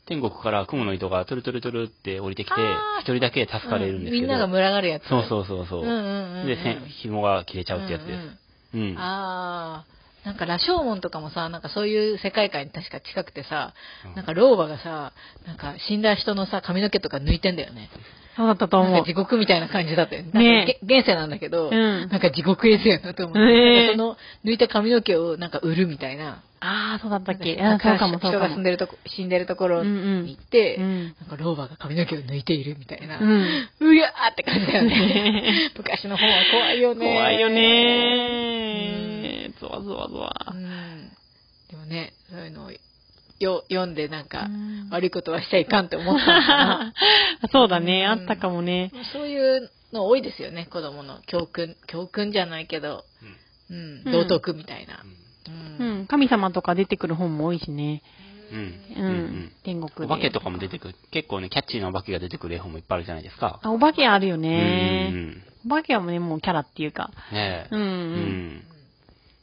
S2: 天国から雲の糸がトゥルトゥルトゥルって降りてきて
S3: あー、
S2: 一人だけ助かれるんですけど。
S3: みんなが群がるやつ
S2: そうそうそうそう。
S3: うんうんうんうん
S2: で、せん紐が切れちゃうってやつです。うん
S3: ああ、なんか羅生門とかもさ、なんかそういう世界観に確か近くてさ
S2: う、ん
S3: なんか老婆がさ、なんか死んだ人のさ、髪の毛とか抜いてんだよね。
S1: そうだったと
S3: な
S1: 思
S3: ん
S1: う
S3: か地。獄みたいな感じだったよね。
S1: ね
S3: なんかげ現世なんだけど、
S1: うん
S3: なんか地獄絵図やなと思って、
S1: ねえ
S3: なんかその抜いた髪の毛をなんか売るみたいな。
S1: ああ、そうだったっけ。
S3: な
S1: あ
S3: ん
S1: ー
S3: か
S1: そうかも、そう
S3: 人
S1: か
S3: が住ん
S1: も。
S3: でるとこ、死んでるところに行って、
S1: うんうん
S3: なんか老婆が髪の毛を抜いているみたいな。
S1: うん。
S3: うやーって感じだよ
S1: *laughs*
S3: ね。*laughs* 昔の本は怖いよね。
S1: 怖いよねー。ゾワゾワゾワ
S3: う。んでもね、そういうのをよ読んでなんか、
S1: うん
S3: 悪いことはしちゃいかんって思ったのかな
S1: そうだね、
S3: うん
S1: あったかもね。
S3: そういうの多いですよね、子供の教訓。教訓じゃないけど、うん、道徳みたいな。うん
S1: うん。神様とか出てくる本も多いしね。
S2: うん。
S1: う
S2: うん。うん
S1: ん。天国で。
S2: お化けとかも出てくる。結構ね、キャッチーなお化けが出てくる絵本もいっぱいあるじゃないですか。
S1: あ、お化けあるよ
S2: うんう
S1: ね。
S2: ん。
S1: お化けはね、もうキャラっていうか。
S2: ねえ。
S1: うんう。
S2: うんん。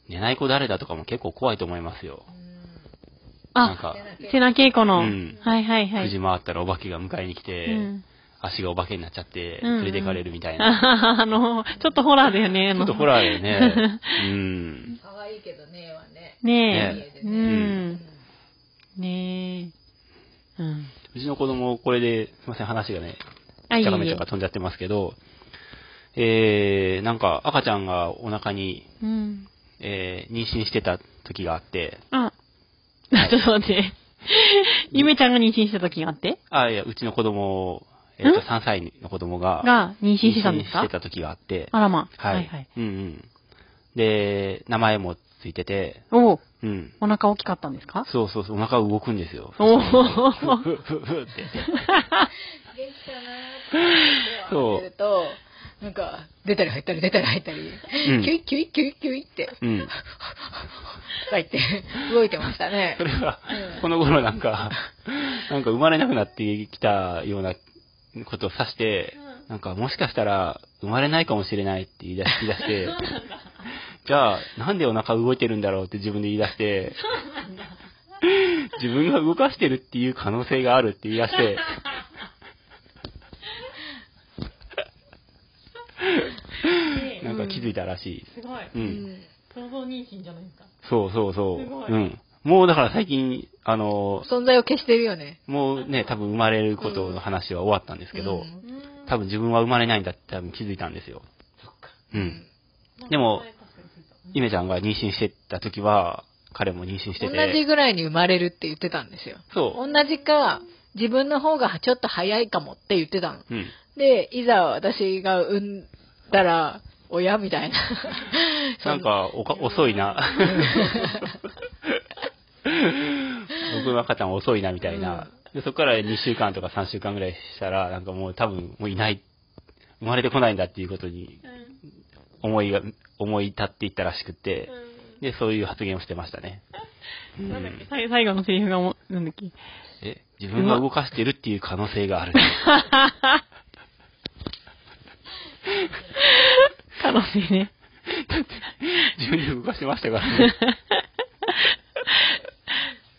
S2: 寝ない子誰だとかも結構怖いと思いますよ。なん
S1: あ、
S2: か、
S1: 瀬名恵子の。は
S2: う
S1: い
S2: ん
S1: はいは
S2: 9時
S1: い。
S2: 回ったらお化けが迎えに来て、
S1: うん
S2: 足がお化けになっちゃって、
S1: うんうん
S2: 連れてかれるみたい
S1: *laughs*
S2: な。
S1: あの、ちょっとホラーだよね。あ
S2: ち
S1: の
S2: ょっとホラーだ
S1: *laughs*
S2: よね。うん。
S3: 可愛いけどね、はね。
S1: ねえ
S2: ね。
S1: う
S3: え
S1: ん。ねえ。うん。
S2: うちの子供、これで、すいません、話がね、
S1: あ、いい
S2: キャラメル
S1: え
S2: とか。飛んじゃってますけど、えー、なんか赤ちゃんがお腹に、
S1: うん。
S2: えー、妊娠してた時があって、
S1: あ、 *laughs* ちょっと待って。ゆめちゃんが妊娠した時があって
S2: あ、いや、うちの子供、えっと、
S1: ん
S2: 3歳の子供が、
S1: が妊娠してたんです
S2: 妊娠
S1: か
S2: してた時があって、
S1: あらまあ。
S2: はい。
S1: はい。
S2: うんうん。で、名前もついてて、
S1: おう
S2: うん。
S1: お腹大きかったんですか
S2: そうそうそう、お腹動くんですよ。
S1: おー
S2: ふふふ
S1: *laughs*
S2: ふって。
S3: 元気かなーって思ってると、なんか、出たり入ったり出たり入ったり、
S2: ん
S3: キュイキュイキュイキュイって、
S2: う
S3: と
S2: ん。
S3: か *laughs* 言って、動いてましたね
S2: そ。れは、この頃なんか、なんか生まれなくなってきたようなことを指して、なんかもしかしたら生まれないかもしれないって言い出し言い出して、じゃあなんでお腹動いてるんだろうって自分で言い出して、自分が動かしてるっていう可能性があるって言い出 *laughs* して、なんか気づいたらしい。
S1: すごい。
S2: うん。
S1: 想像妊娠じゃないですか。
S2: そうそうそう。
S1: すごい
S2: うん。もうだから最近、あの、
S3: 存在を消してるよね。
S2: もうね、多分生まれることの話は終わったんですけど、
S3: うん
S2: 多分自分は生まれないんだって多分気づいたんですよ。うん。でも、ゆめちゃんが妊娠してた時は、彼も妊娠してて。
S3: 同じぐらいに生まれるって言ってたんですよ。
S2: そ
S3: 同じか、自分の方がちょっと早いかもって言ってたの。
S2: う。うん。
S3: で、いざ私が産んだら、親みたいな。
S2: *laughs* なんか、おか、遅い *laughs* な。僕の方も遅いな、みたいな。でそこから2週間とか3週間ぐらいしたら、なんかもう多分、もういない。生まれてこないんだっていうことに、思いが、思い立っていったらしくて、で、そういう発言をしてましたね。
S1: うん。なんだっけ、さい最後のセリフがも、なんだっ
S2: *laughs*
S1: け。
S2: え、自分が動かしてるっていう可能性 *laughs* がある。
S1: 可能性ね。
S2: 自分で動かしてましたから *laughs* ね。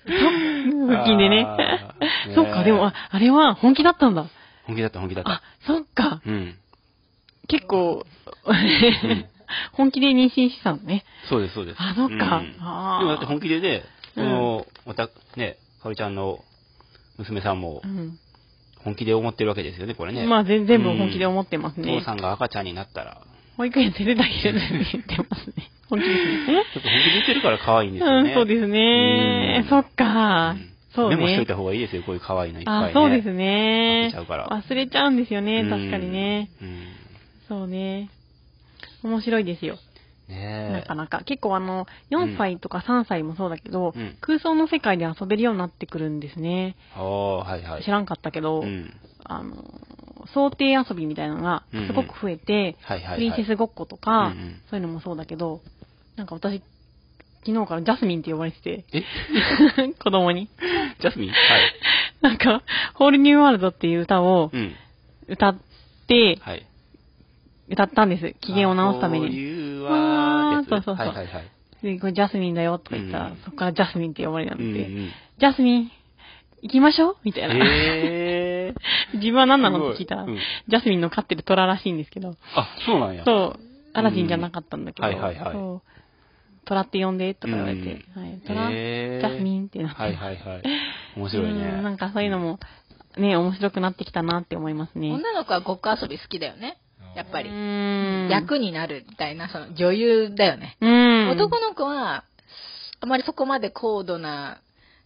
S1: *laughs* 腹筋でね
S2: あーね。
S1: そっか、でも、ああれは本気だったんだ。
S2: 本気だった、本気だっ
S1: あ
S2: た。、
S1: そっか。
S2: うん。
S1: 結構
S2: ん、
S1: 本気で妊娠してたのね。
S2: そうです、そうです。
S1: あそっか
S2: うん
S1: あー
S2: でもだって本気でね、そ
S1: うん
S2: の、おた、ね、かおりちゃんの娘さんも
S1: うん。
S2: 本気で思ってるわけですよね、これね。
S1: まあ、全全部本気で思ってます
S2: うん
S1: ね
S2: 父。さんが赤ちゃんになったら、
S1: 保育園連れてあげるって言ってますね。本気ですね。
S2: *laughs* ちょっと本気で言ってるから可愛いんですよね。
S1: うん、そうですね
S2: う。ん
S1: そっか
S2: うん。
S1: そうね。
S2: メモしといた方がいいですよ、こういう可愛いのいっぱいね。
S1: あ、そうですね。
S2: 忘れちゃうから
S1: 忘れちゃうんですよ
S2: う
S1: ね、
S2: ん
S1: 確かにね。。
S2: うん
S1: そうね。面白いですよ。な
S2: ねえ
S1: か。なか。結構あの、4歳とか3歳もそうだけど、
S2: うん
S1: 空想の世界で遊べるようになってくるんですね。
S2: ああ、はいはい。
S1: 知らんかったけど、
S2: うん。
S1: あの、想定遊びみたいなのがすごく増えて、
S2: はいはいはい。
S1: プリンセスごっことか、
S2: うんうん
S1: そういうのもそうだけど、なんか私、昨日からジャスミンって呼ばれてて、
S2: え
S1: *laughs* 子供に。
S2: ジャスミンはい。
S1: なんか、ホールニューワールドっていう歌を
S2: うん。
S1: 歌って、
S2: はい。
S1: 歌ったんです。機嫌を直すため
S2: あこう
S1: に。
S2: いうわーってやつ
S1: わーそうそうそう
S2: はいはいはい。
S1: で、これジャスミンだよとか言ったら、
S2: うん
S1: そこからジャスミンって呼ばれたので、
S2: うん
S1: ジャスミン、行きましょうみたいな。
S2: えー。
S1: *laughs* 自分は何な
S2: すご
S1: の
S2: い
S1: って聞いたら、
S2: うん
S1: ジャスミンの飼ってる虎らしいんですけど、
S2: あ、そうなんや。
S1: そう、アラジンじゃなかったんだけど、
S2: うんはいはいはい
S1: そう、虎って呼んでとか言われて、
S2: うん
S1: はい、虎、
S2: へー
S1: ジャスミンってなって、
S2: はいはいはい。面白いね
S1: うん。なんかそういうのも、ね、面白くなってきたなって思いますね。
S3: 女の子はごっこ遊び好きだよね。やっぱり
S1: う。ん。
S3: 役になるみたいな、その女優だよね。
S1: うん。
S3: 男の子は、あまりそこまで高度な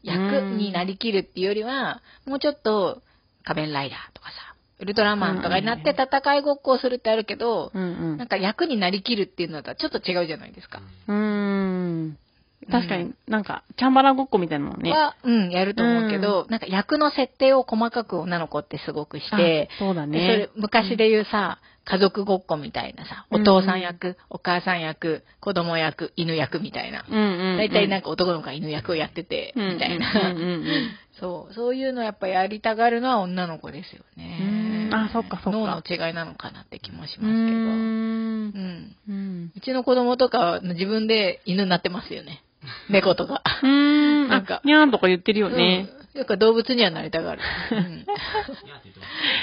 S3: 役になりきるっていうよりは、もうちょっと仮面ライダーとかさ、ウルトラマンとかになって戦いごっこをするってあるけど、
S1: うん
S3: なんか役になりきるっていうのとはちょっと違うじゃないですか。
S1: うん。うん。確かになんか、チャンバラごっこみたいなのね。
S3: は、うん、やると思うけど、なんか役の設定を細かく女の子ってすごくして
S1: あ、そうだ
S3: でそれ
S1: ね。
S3: 昔で言うさ、家族ごっこみたいなさ、お父さん役、お母さん役、子供役、犬役みたいな。
S1: うんうん、うん。
S3: 大体なん
S1: か、
S3: か男の子が犬役をやってて、みたい
S1: うん
S3: な
S1: *laughs* うん。うんうん
S3: そう、そういうのやっぱやりたがるのは女の子ですよね
S1: う。んあそっかそっか
S3: 脳の違いなのかなって気もし
S1: うー
S3: ますけど。うんん。
S1: うーん。
S3: うちの子供とかは自分で犬になってますよね。猫とか。
S1: うーん。
S3: な
S1: なんん
S3: か
S1: か、にゃーんとか言ってるよね。
S3: うん。よく動物にはなりたがる。 *laughs* うん。に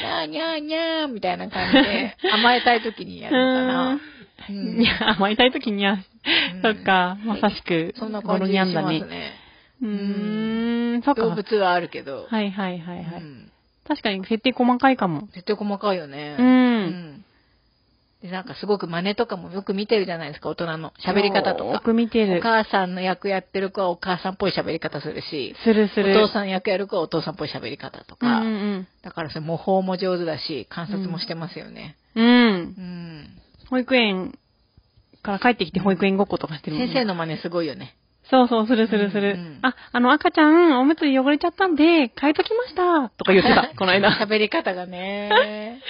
S3: ゃーにゃーにゃーみたいな感じ *laughs* で、甘えたい時にやるのかな。う
S1: にゃー、甘えたいときにゃー。そっか、まさしく、
S3: そんな
S1: ゴ
S3: 感
S1: ロ
S3: じ
S1: ニ
S3: し
S1: ャ
S3: ま
S1: ン
S3: す
S1: だね。
S3: ね。
S1: うーん、そっ
S3: 動
S1: か。
S3: 物はあるけど。
S1: はいはいはいは
S3: う
S1: い。
S3: ん
S1: 確かに設定細かいかも。
S3: 絶対細かいよね。
S1: うん
S3: んで、なんかすごく真似とかもよく見てるじゃないですか、大人の。喋り方と
S1: よ
S3: か。
S1: く見て
S3: お
S1: る。
S3: 母さんの役やってる子はお母さんっぽい喋り方するし、
S1: するする。
S3: お父さん役やる子はお父さんっぽい喋り方とか。
S1: うん
S3: だからそれ模倣も上手だし、観察もしてますよね。
S1: うんうん。うん
S3: う。ん。
S1: 保育園から帰ってきて保育園ごっことかしてるもん
S3: 先
S1: ね。
S3: 生の真似すごいよね。
S1: そうそう、するするする。
S3: うんうん
S1: あ、あの赤ちゃん、おむつ汚れちゃったんで、変えときました。とか言って
S3: *laughs*
S1: た、この間。
S3: 喋り方が *laughs* ね。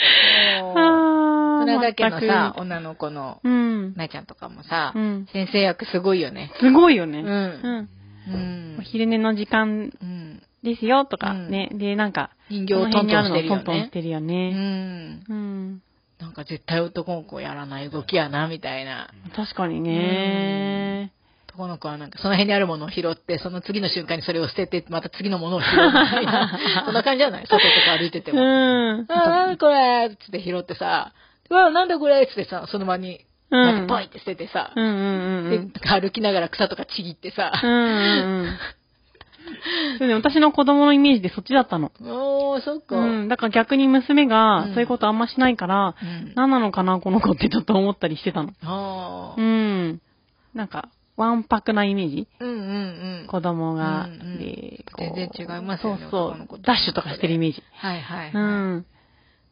S3: もう
S1: あー
S3: それだけのさ、
S1: 全
S3: 女の子の
S1: くうん。
S3: なえちゃんとかもさ、
S1: うん
S3: 先生役すごいよね。
S1: すごいよ
S3: う
S1: ね。
S3: ん。
S1: うん。
S3: うん
S1: お昼寝の時間
S3: うん。
S1: ですよ、とか
S3: うん
S1: ね。で、なんか、
S3: 人形をトントンしてる
S1: この辺にあ
S3: よ
S1: のトントンし
S3: ね。
S1: てるよ
S3: う
S1: ね。
S3: ん。
S1: うん。
S3: なんか絶対男の子やらない動きやな、みたいな。
S1: 確かにね。
S3: 男の子はなんかその辺にあるものを拾って、その次の瞬間にそれを捨てて、また次のものを拾うみたい *laughs* な。そんな感じじゃない外とか歩いてて
S1: う
S3: も。
S1: ん。
S3: あー、なんだこれっつって拾ってさ、うわ、なんだこれっつってさ、その場に、
S1: うん
S3: なんかポイって捨ててさ
S1: うんう、んうんうん。
S3: で歩きながら草とかちぎってさ、
S1: うんうんうん。
S3: *laughs*
S1: そうね、私の子供のイメージでそっちだったの。
S3: おー、そっか。
S1: うん。だから逆に娘が
S3: う、ん
S1: そういうことあんましないから、
S3: うん
S1: 何なのかな、この子ってちょっと思ったりしてたの。
S3: あ
S1: う
S3: ー
S1: ん。なんか、わんぱくなイメージ
S3: うんうんうん。
S1: 子供が、
S3: うんうん
S1: で、
S3: 全然違いますよね
S1: そう
S3: 男の
S1: そ
S3: 子
S1: う。
S3: と
S1: ダッシュとかしてるイメージ。
S3: はいはい。
S1: うん。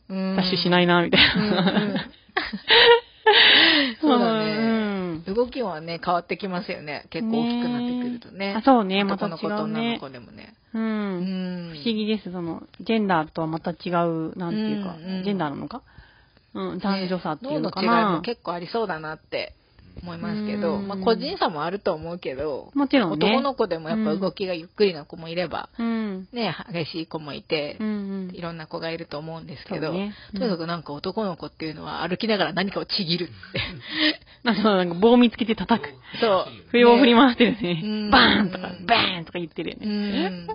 S3: うん
S1: *laughs* ダッシュしないな、みたい
S3: うんう
S1: な。
S3: んそうだ
S1: う
S3: ね。
S1: ん。
S3: 動きはね、変わってきますよね。結構大きくなってくるとね。
S1: ねあそうねまた
S3: 男
S1: 違うね
S3: の子と女の子でもね。
S1: う。
S3: うんん
S1: 不思議です。その、ジェンダーとはまた違う、なんていうか、
S3: うんうん
S1: ジェンダーなのかうん、男女差っていうのか
S3: ね脳の違い
S1: な。
S3: も結構ありそうだなって思いますけど、
S1: うん
S3: まあ、個人差もあると思うけど、
S1: もちろんね。
S3: 男の子でもやっぱ動きがゆっくりな子もいれば、
S1: うん。
S3: ね、激しい子もいて
S1: う、んうん
S3: い。ろんな子がいると思うんですけ
S1: そう
S3: ど、
S1: ねうん
S3: とにかくなんか男の子っていうのは歩きながら何かをちぎる
S1: *laughs*
S3: って。
S1: あそうなんか棒見つけて叩く。
S3: そう。
S1: 笛を振り回してる
S3: う
S1: ね。
S3: ん
S1: バーンとか、バーンとか言ってるよ
S3: う
S1: ね。
S3: ん。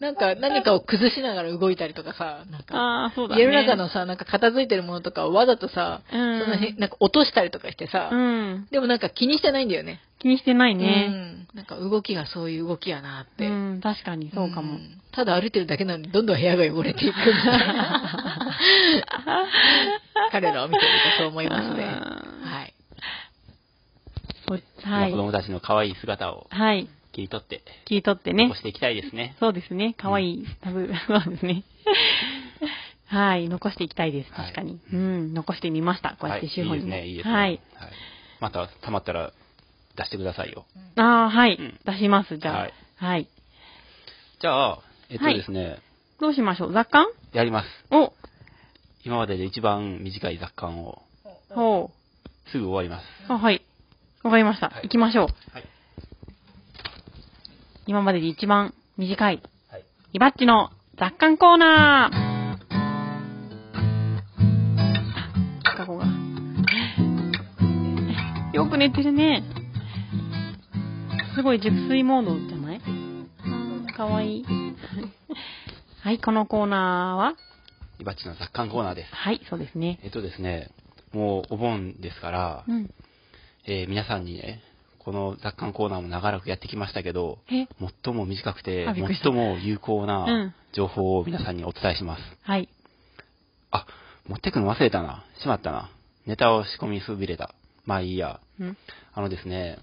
S3: なんか何かを崩しながら動いたりとかさ、なんか、
S1: ああ、そうだね。
S3: 家の中のさ、なんか片付いてるものとかをわざとさ、
S1: う
S3: そ
S1: ん
S3: の辺、なんか落としたりとかしてさ、
S1: うん。
S3: でもなんか気にしてないんだよね。
S1: 気にしてないね。
S3: うん。なんか動きがそういう動きやなっ
S1: う
S3: て。
S1: ん、確かにそうかも
S3: う。んただ歩いてるだけなのに、どんどん部屋が汚れていくみたい *laughs* な。彼らを見てるとそう思いますね。
S1: あ
S3: はい。
S1: ー *laughs* は
S2: 今
S1: い
S2: 子。供たちの可愛い姿を
S1: はい。
S2: 切り取って、
S1: 聞いとってね
S2: 残。していきたいですね。
S1: そうですね。かわいいタブ、そうですね。 *laughs* はい。残していきたいです。
S2: はい
S1: 確かに。うん。残してみました。こうやって手法
S2: はい、いい
S1: にも。
S2: ですね、いいですね。
S1: はい。
S2: はいまた、溜まったら出してくださいよ。
S1: ああ、はい
S2: うん。
S1: 出します。じゃ
S2: は
S1: あ
S2: い。
S1: はい。
S2: じゃあ、えっと
S1: はい
S2: ですね、
S1: どうしましょう雑感
S2: やります。
S1: お
S2: 今までで一番短い雑感を、
S1: ほ
S2: すぐ終わります。
S1: う。あ、はい。わかりました。
S2: はい
S1: 行きましょう。
S2: はい。
S1: 今までで一番短い、
S2: はい。
S1: イバッチの雑感コーナーあ、カゴが。よく寝てるね。すごい熟睡モードじゃないあーかわいい。 *laughs* はい、このコーナーは
S2: イバッチの雑感コーナーです。
S1: はい、そうですね。
S2: えっとですね、もうお盆ですから
S1: う、ん。
S2: えー皆さんにね、この雑感コーナーも長らくやってきましたけど、
S1: え
S2: 最も短くて
S1: あびっくりした
S2: 最も有効
S1: うん
S2: な情報を皆さんにお伝えします。
S1: はい。
S2: あ、持ってくの忘れたな。しまったな。ネタを仕込みそびれた。まあいいや。
S1: うん。
S2: あのですね、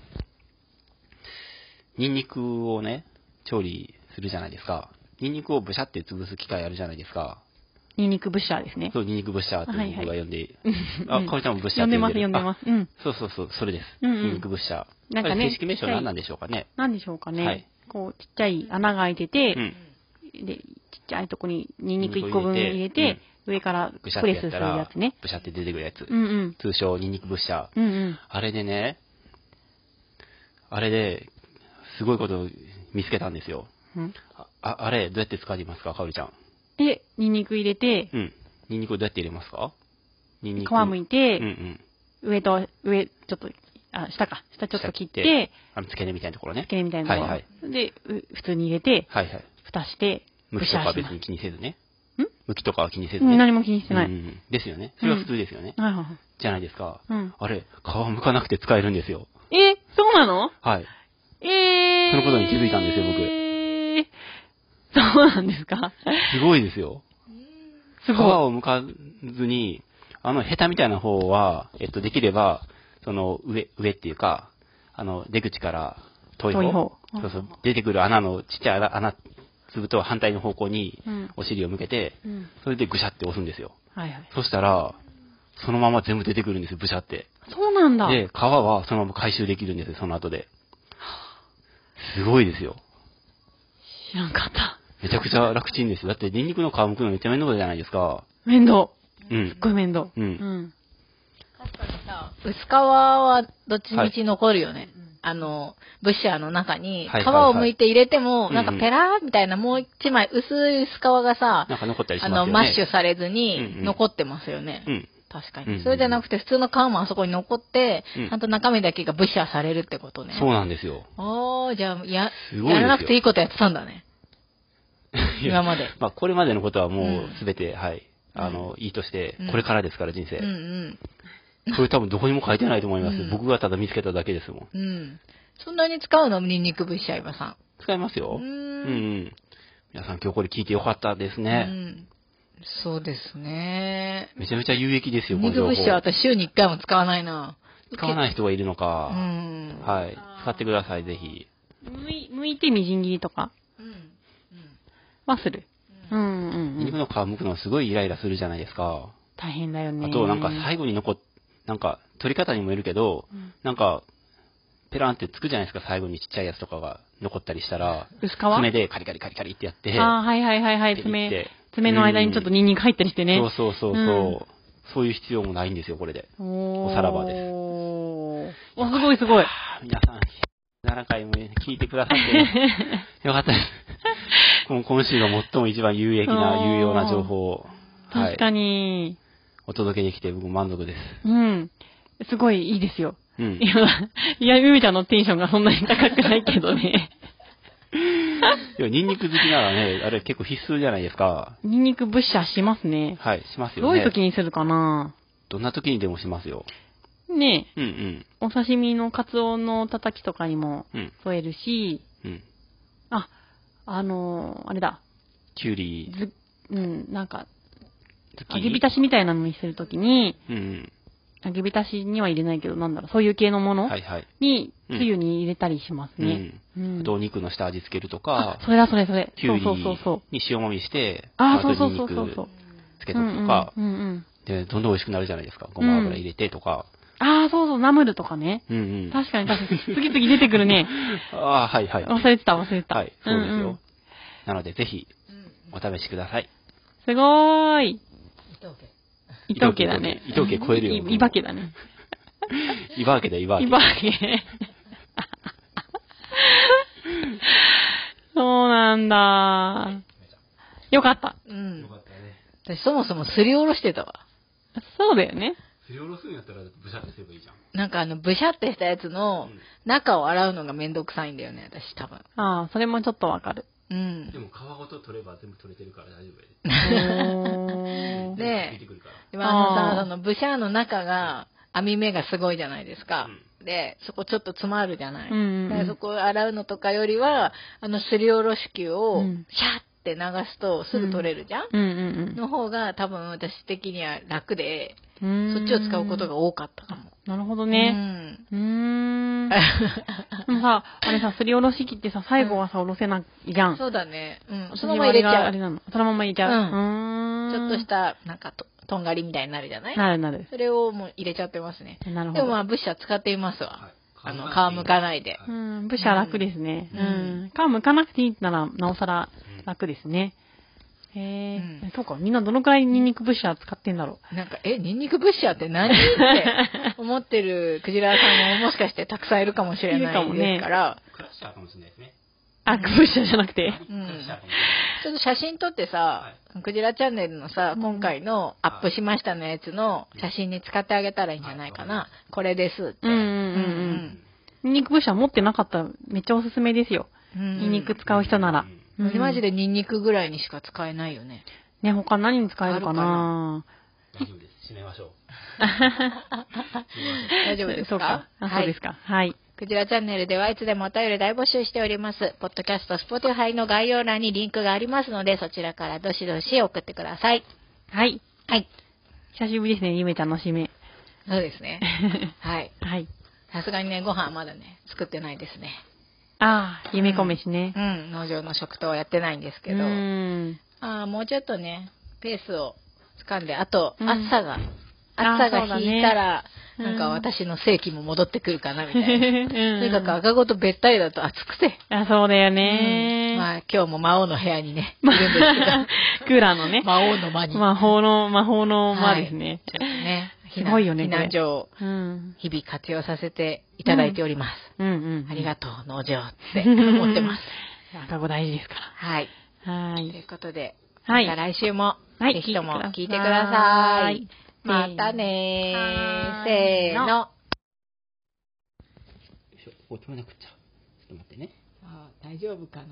S2: ニンニクをね、調理するじゃないですか。ニンニクをブシャって潰す機械あるじゃないですか。
S1: ニンニクブッシャーですね。
S2: そう、ニンニクブッシャーって僕が呼んで、
S1: *laughs*
S2: あ、かおりちゃんもブッシャ
S1: 呼
S2: ーっ
S1: ん
S2: て
S1: で
S2: 呼
S1: ま
S2: ん
S1: す、呼んでます。
S2: でる
S1: うん。
S2: そうそうそう、それです。
S1: うんうん
S2: ニンニクブッシャー。
S1: なんかね
S2: 正式名称何なんでしょうかね。
S1: なんでしょうかね。
S2: はい
S1: こう、ちっちゃい穴が開いてて、
S2: うん。
S1: で、ちっちゃいとこにニンニク1個分
S2: ニン
S1: 入
S2: ニ
S1: れ
S2: ク入れ
S1: て
S2: て、
S1: 上から
S2: ブシャっ
S1: プ
S2: て
S1: レスす
S2: や
S1: る
S2: ったら、
S1: やつね。
S2: ブシャって出てくるやつ。
S1: うんうん。
S2: 通称、ニンニクブッシャー。
S1: うんうん。
S2: あれでね、あれで、すごいことを見つけたんですよ。
S1: うん
S2: あ、ああれ、どうやって使いますか、かおりちゃん。
S1: で、ニンニク入れて
S2: う、ん。ニンニクをどうやって入れますかニンニ
S1: 皮
S2: ク。
S1: むいて
S2: うんう、ん。
S1: 上と、上、ちょっと、あ、下か。下ちょっと切って
S2: 下、あの、付け根みたいなところね。
S1: 付け根みたいなのを
S2: はいはい。
S1: で、う普通に入れて、
S2: はいはい。
S1: 蓋して、
S2: 向
S1: ブ
S2: き
S1: シ
S2: と
S1: ャ
S2: か
S1: ー
S2: は
S1: し
S2: 別
S1: ます
S2: に気にせずね。
S1: ん
S2: 向きとかは気にせず
S1: う
S2: ね。
S1: ん何も気にしてな
S2: うんう
S1: い。
S2: んですよね。それは普通ですよね。
S1: はいはいはい。
S2: じゃないですか。
S1: うん
S2: あれ、皮剥かなくて使えるんですよ。
S1: え、そうなの
S2: はい。
S1: えー。
S2: そのことに気づいたんですよ僕
S1: えー。そうなんですか
S2: すごいですよ。
S1: す
S2: 皮
S1: ご
S2: を剥かずに、あの、ヘタみたいな方は、えっと、できれば、その、上、上っていうか、あの、出口から遠い方。
S1: 遠い方
S2: そうそう。出てくる穴の、ちっちゃい穴穴、粒と反対の方向に
S1: うん、
S2: お尻を向けて、
S1: い。うん。
S2: それでぐしゃって押すんですよ。
S1: はいはい。
S2: そしたら、そのまま全部出てくるんですよ、ブシャって。
S1: そうなんだ。
S2: で、皮はそのまま回収できるんですよ、その後で。すごいですよ。
S1: 知らんかった。
S2: めちゃくちゃ楽ちんですよ。だって、ニンニクの皮むくのめちゃめんどいじゃないですか。
S1: 面倒。
S2: う
S1: すっ
S2: ん。
S1: ごい面倒。
S2: うん
S3: 確かにさ、薄皮はどっちみち残るよね。あの、ブッシャーの中に、
S2: はい
S3: 皮
S2: はいはい
S3: を剥いて入れて
S2: う
S3: も、
S2: んうん
S3: なんかペラーみたいなもう一枚薄い薄皮がさ、
S2: なんか残ったりし
S3: あ
S2: ますよね。
S3: の、マッシュされ
S2: う
S3: ず
S2: んう
S3: に
S2: ん
S3: 残ってますよね。
S2: うん。
S3: 確か
S2: うんうんう
S3: に。
S2: ん
S3: それじゃなくて、普通の皮もあそこに残って、
S2: うん
S3: ちゃんと中身だけがブッシャーされるってことね。
S2: そうなんですよ。
S3: おー、じゃあ、や、
S2: すごいですよ
S3: やらなくていいことやってたんだね。 *laughs* 今まで
S2: *laughs* まあ、これまでのことはもう
S3: うん
S2: すべて、はい。あの、いいとして
S3: うん、
S2: これからですから、人生。
S3: うんうん。
S2: これ多分どこにも書いてないと思います。
S3: うん
S2: 僕がただ見つけただけですもん。
S3: うん。そんなに使うのニンニクブッシャー、今さん。
S2: 使いますよ。
S3: うーん
S2: うんうん。皆さん今日これ聞いてよかったです
S3: う
S2: ね。
S3: ん。そうですね。
S2: めちゃめちゃ有益ですよ、こ
S3: ニン
S2: の
S3: ニク
S2: 情報
S3: ブッ。シャー、私週に1回も使わないな。
S2: 使わない人がいるの
S3: う
S2: か。
S3: ん。
S2: はい。使ってください、ぜひ。
S1: うん。むい、むいてみじん切りとか
S3: うん。
S1: はする。うんう
S2: ニン
S1: ん
S2: ニ
S1: う
S2: ク
S1: ん。
S2: の皮むくのすごいイライラするじゃないですか。
S1: 大変だよね。
S2: あと、なんか最後に残っ、なんか、取り方にもよるけど、
S1: うん
S2: なんか、ペランってつくじゃないですか、最後にちっちゃいやつとかが残ったりしたら、
S1: 薄皮
S2: 爪でカリカリカリカリってやって、
S1: ああ、はいはいはいはい。
S2: ピリっ
S1: 爪
S2: て、
S1: 爪の間にちょっとニンニク入ったりしてね。
S2: そうそうそうそう、
S1: うん
S2: そういう必要もないんですよ、これで。
S1: お
S2: おさらばです
S1: おすごいす
S2: *laughs*
S1: ごい。
S2: あー皆さん、7回も聞いてくださ
S1: *laughs*
S2: って、よかったです。もう今週が最も一番有益
S1: お
S2: な、
S1: ー
S2: 有用な情報を、は
S1: 確
S2: い、
S1: かに。
S2: お届けできて僕満足です。
S1: うん。すごいいいですよ。
S2: うん
S1: い。や、いや、ゆみちゃんのテンションがそんなに高くないけど
S2: *laughs*
S1: ね。
S2: でもニンニク好きならね、あれ結構必須じゃないですか。
S1: ニンニクブッシャーしますね。
S2: はい、します
S1: ど
S2: よ
S1: う
S2: ね。
S1: いう時にするかな
S2: どんな時にでもしますよ。
S1: ねえ、
S2: うんうん。
S1: お刺身のカツオのたたきとかにも
S2: うん。
S1: 添えるし、
S2: うん。
S1: あ、あのーあれだ、
S2: きゅうり、
S1: ず、うん、なんか、
S2: ズッキー
S1: 揚
S2: ニ。
S1: げ浸しみたいなのにするときに、
S2: うん
S1: 揚げ浸しには入れないけど、なんだろう、そういう系のも
S2: うん。
S1: の
S2: はいはい。
S1: に、
S2: うん
S1: つゆに入れたりしますね。う
S2: うんん。あとお肉の下味つけると
S1: あ
S2: か、、
S1: それだ、それ、それ。
S2: きゅ
S1: そうう
S2: り
S1: そうそうそう。
S2: に塩もみして、
S1: あー、そ
S2: と
S1: うそう
S2: ニン
S1: そ
S2: ニ
S1: うそうそう
S2: ク。つけとくとか、
S1: うんうんうんうん
S2: で、どんどん美味しくなるじゃないですか。ごま油入れてとか。
S1: ああ、そうそう、ナムルとかね。
S2: うんうん。
S1: 確かに確かに。次々出てくるね。
S2: *laughs* ああ、はいはい。
S1: 忘れてた、忘れてた。
S2: はい、そうです
S1: ん
S2: よ
S1: ん。
S2: なので、ぜひ、お試しください。 *laughs*
S1: すごーい。
S3: どうけ
S1: 伊藤家だね。
S2: 伊藤家超えるよ
S1: い伊庭家だね。
S2: いばわけだ、いばわ
S1: 伊
S2: け。
S1: 庭家。 *laughs* そうなんだ。よかった。
S3: うん。
S2: ったね。
S3: 私そもそもすりおろしてたわ。
S1: そうだよね。
S2: すりおろすんやったら、ブシャってすればいいじゃん。
S3: なんかあの、ブシャってしたやつの
S2: うん
S3: 中を洗うのがめんどくさいんだよね、私多分。
S1: ああ、それもちょっとわ
S3: *laughs*
S1: かる。
S3: うん。
S2: も、皮ごと取れば全部取れてるから大丈夫や
S1: おー
S3: で、
S2: くるか
S3: でもあの
S1: あー
S3: さ、そのブシャーの中が網目がすごいじゃないですか。で、そこちょっと詰まるじゃない。
S1: うんうんうん
S3: でそこ洗うのとかよりは、あのすりおろし器を
S1: う
S3: シャ
S1: ん
S3: ーって流すとすぐ取れるじゃん、
S1: うんうん
S3: の方が多分私的には楽で、
S1: うん。
S3: そっちを使うことが
S1: 多
S3: 多かったかも。
S1: なるほどね。
S3: う
S1: う
S3: ん。
S1: ーん。でもさ、あれさ、すりおろし器ってさ、最後はさ、おろせないじゃん。
S3: *laughs* そうだね。うん。
S1: 私
S3: そのまま入れち
S1: は
S3: ゃ
S1: あ
S3: う。
S1: れ
S3: ち
S1: なの。そのまま入れちゃう。
S3: う
S1: うー
S3: ょ
S1: ん。
S3: っとした、なんかと、とんがりみたいになるじゃない
S1: なるなる。
S3: それをもう入れちゃってますね。
S1: なるほ
S3: で
S1: ど。
S3: もまあ、ブッシャー使っていますわ。あの、皮むかないで。
S1: うん、武士は楽ですね。
S3: うん
S1: うん。皮むかなくていいなら、なおさら
S2: うん
S1: 楽ですね。へえ、
S3: うん
S1: そうか、みんなどのくらいニンニクブッシャー使ってんだろ
S3: なんか、え、ニンニクブッシャーって何って思ってるクジラさんももしかしてたくさんいるかもしれない
S1: いるかもね
S3: ですから、
S2: クラッシャーかもしれないですね。
S1: う。あ、ブッシャーじゃなくて。
S3: うんクラッシャー
S2: かもしれない。
S3: ちょっと写真撮ってさ、クジラチャンネルのさ、
S1: うん
S3: 今回のアップしましたのやつの写真に使ってあげたらいいんじゃないか
S2: は
S3: な。これですって。
S1: うんうんニンニクブッシャー持ってなかったらめっちゃおすすめですよ。
S3: うんうん
S1: ニンニク使う人なら。
S3: うん
S1: うん
S3: マジでニンニクぐらいにしか使えないよね。
S1: ね、他何に使えるかな
S2: 大丈夫です。締めましょう。
S3: *laughs* 大丈夫ですか
S1: そうか。あ、
S3: は
S1: そう
S3: い
S1: ですか。はい。
S3: クジラチャンネルではいつでもお便り大募集しております。ポッドキャスト、スポティファイの概要欄にリンクがありますので、そちらからどしどし送ってください。
S1: はい。
S3: はい。
S1: 久しぶりですね、ゆめちゃんの締
S3: *laughs*
S1: め。
S3: そうですね。
S1: *laughs*
S3: はい。
S1: はい。
S3: さすがにね、ご飯はまだね、作ってないですね。
S1: ああ、夢こめしね
S3: う。ん、農場の食堂はやってないんですけど、
S1: うー
S3: あ *laughs*
S1: ん。
S3: あーもうちょっとね、ペースを掴んで、あと、
S1: うん
S3: 暑さが、
S1: あー
S3: 暑さ
S1: そうだ
S3: が
S1: ね
S3: 引いたら、
S1: うん
S3: なんか私の世紀も戻ってくるかな、みた
S1: *laughs*
S3: いな。とに
S1: に
S3: かく赤子とべったりだと暑くて。
S1: あ、そうだよ
S3: うん
S1: ね。
S3: まあ今日も魔王の部屋にね、い
S1: まあ
S3: るんです
S1: クーラーの
S3: け
S1: ね
S3: ど、。魔王の間に。
S1: 魔法の、魔法の魔
S3: はい
S1: ですね。
S3: ちょっとね、避
S1: *laughs* す
S3: 難
S1: ごいよね
S3: 避
S1: これ
S3: 難所を
S1: うん。
S3: 日々活用させていただいております。
S1: うんうん。
S3: ありが
S1: と
S3: とう、農場って思ってます。
S1: う。赤子大事ですか
S3: はい。
S1: ら。はー
S3: とい。
S1: いう
S3: ことで、
S1: はい
S3: また来週も、
S1: はい
S3: ぜひとも
S1: 聞
S3: 聞
S1: い
S3: い
S1: て
S3: て
S1: くだ
S3: くだ
S1: さ
S3: さ
S1: い
S3: い。またね
S1: はーい
S3: ー。せーの。
S2: よいしょ、ここ止めなくっちゃ。ちょっと待ってね。
S3: 大丈夫かな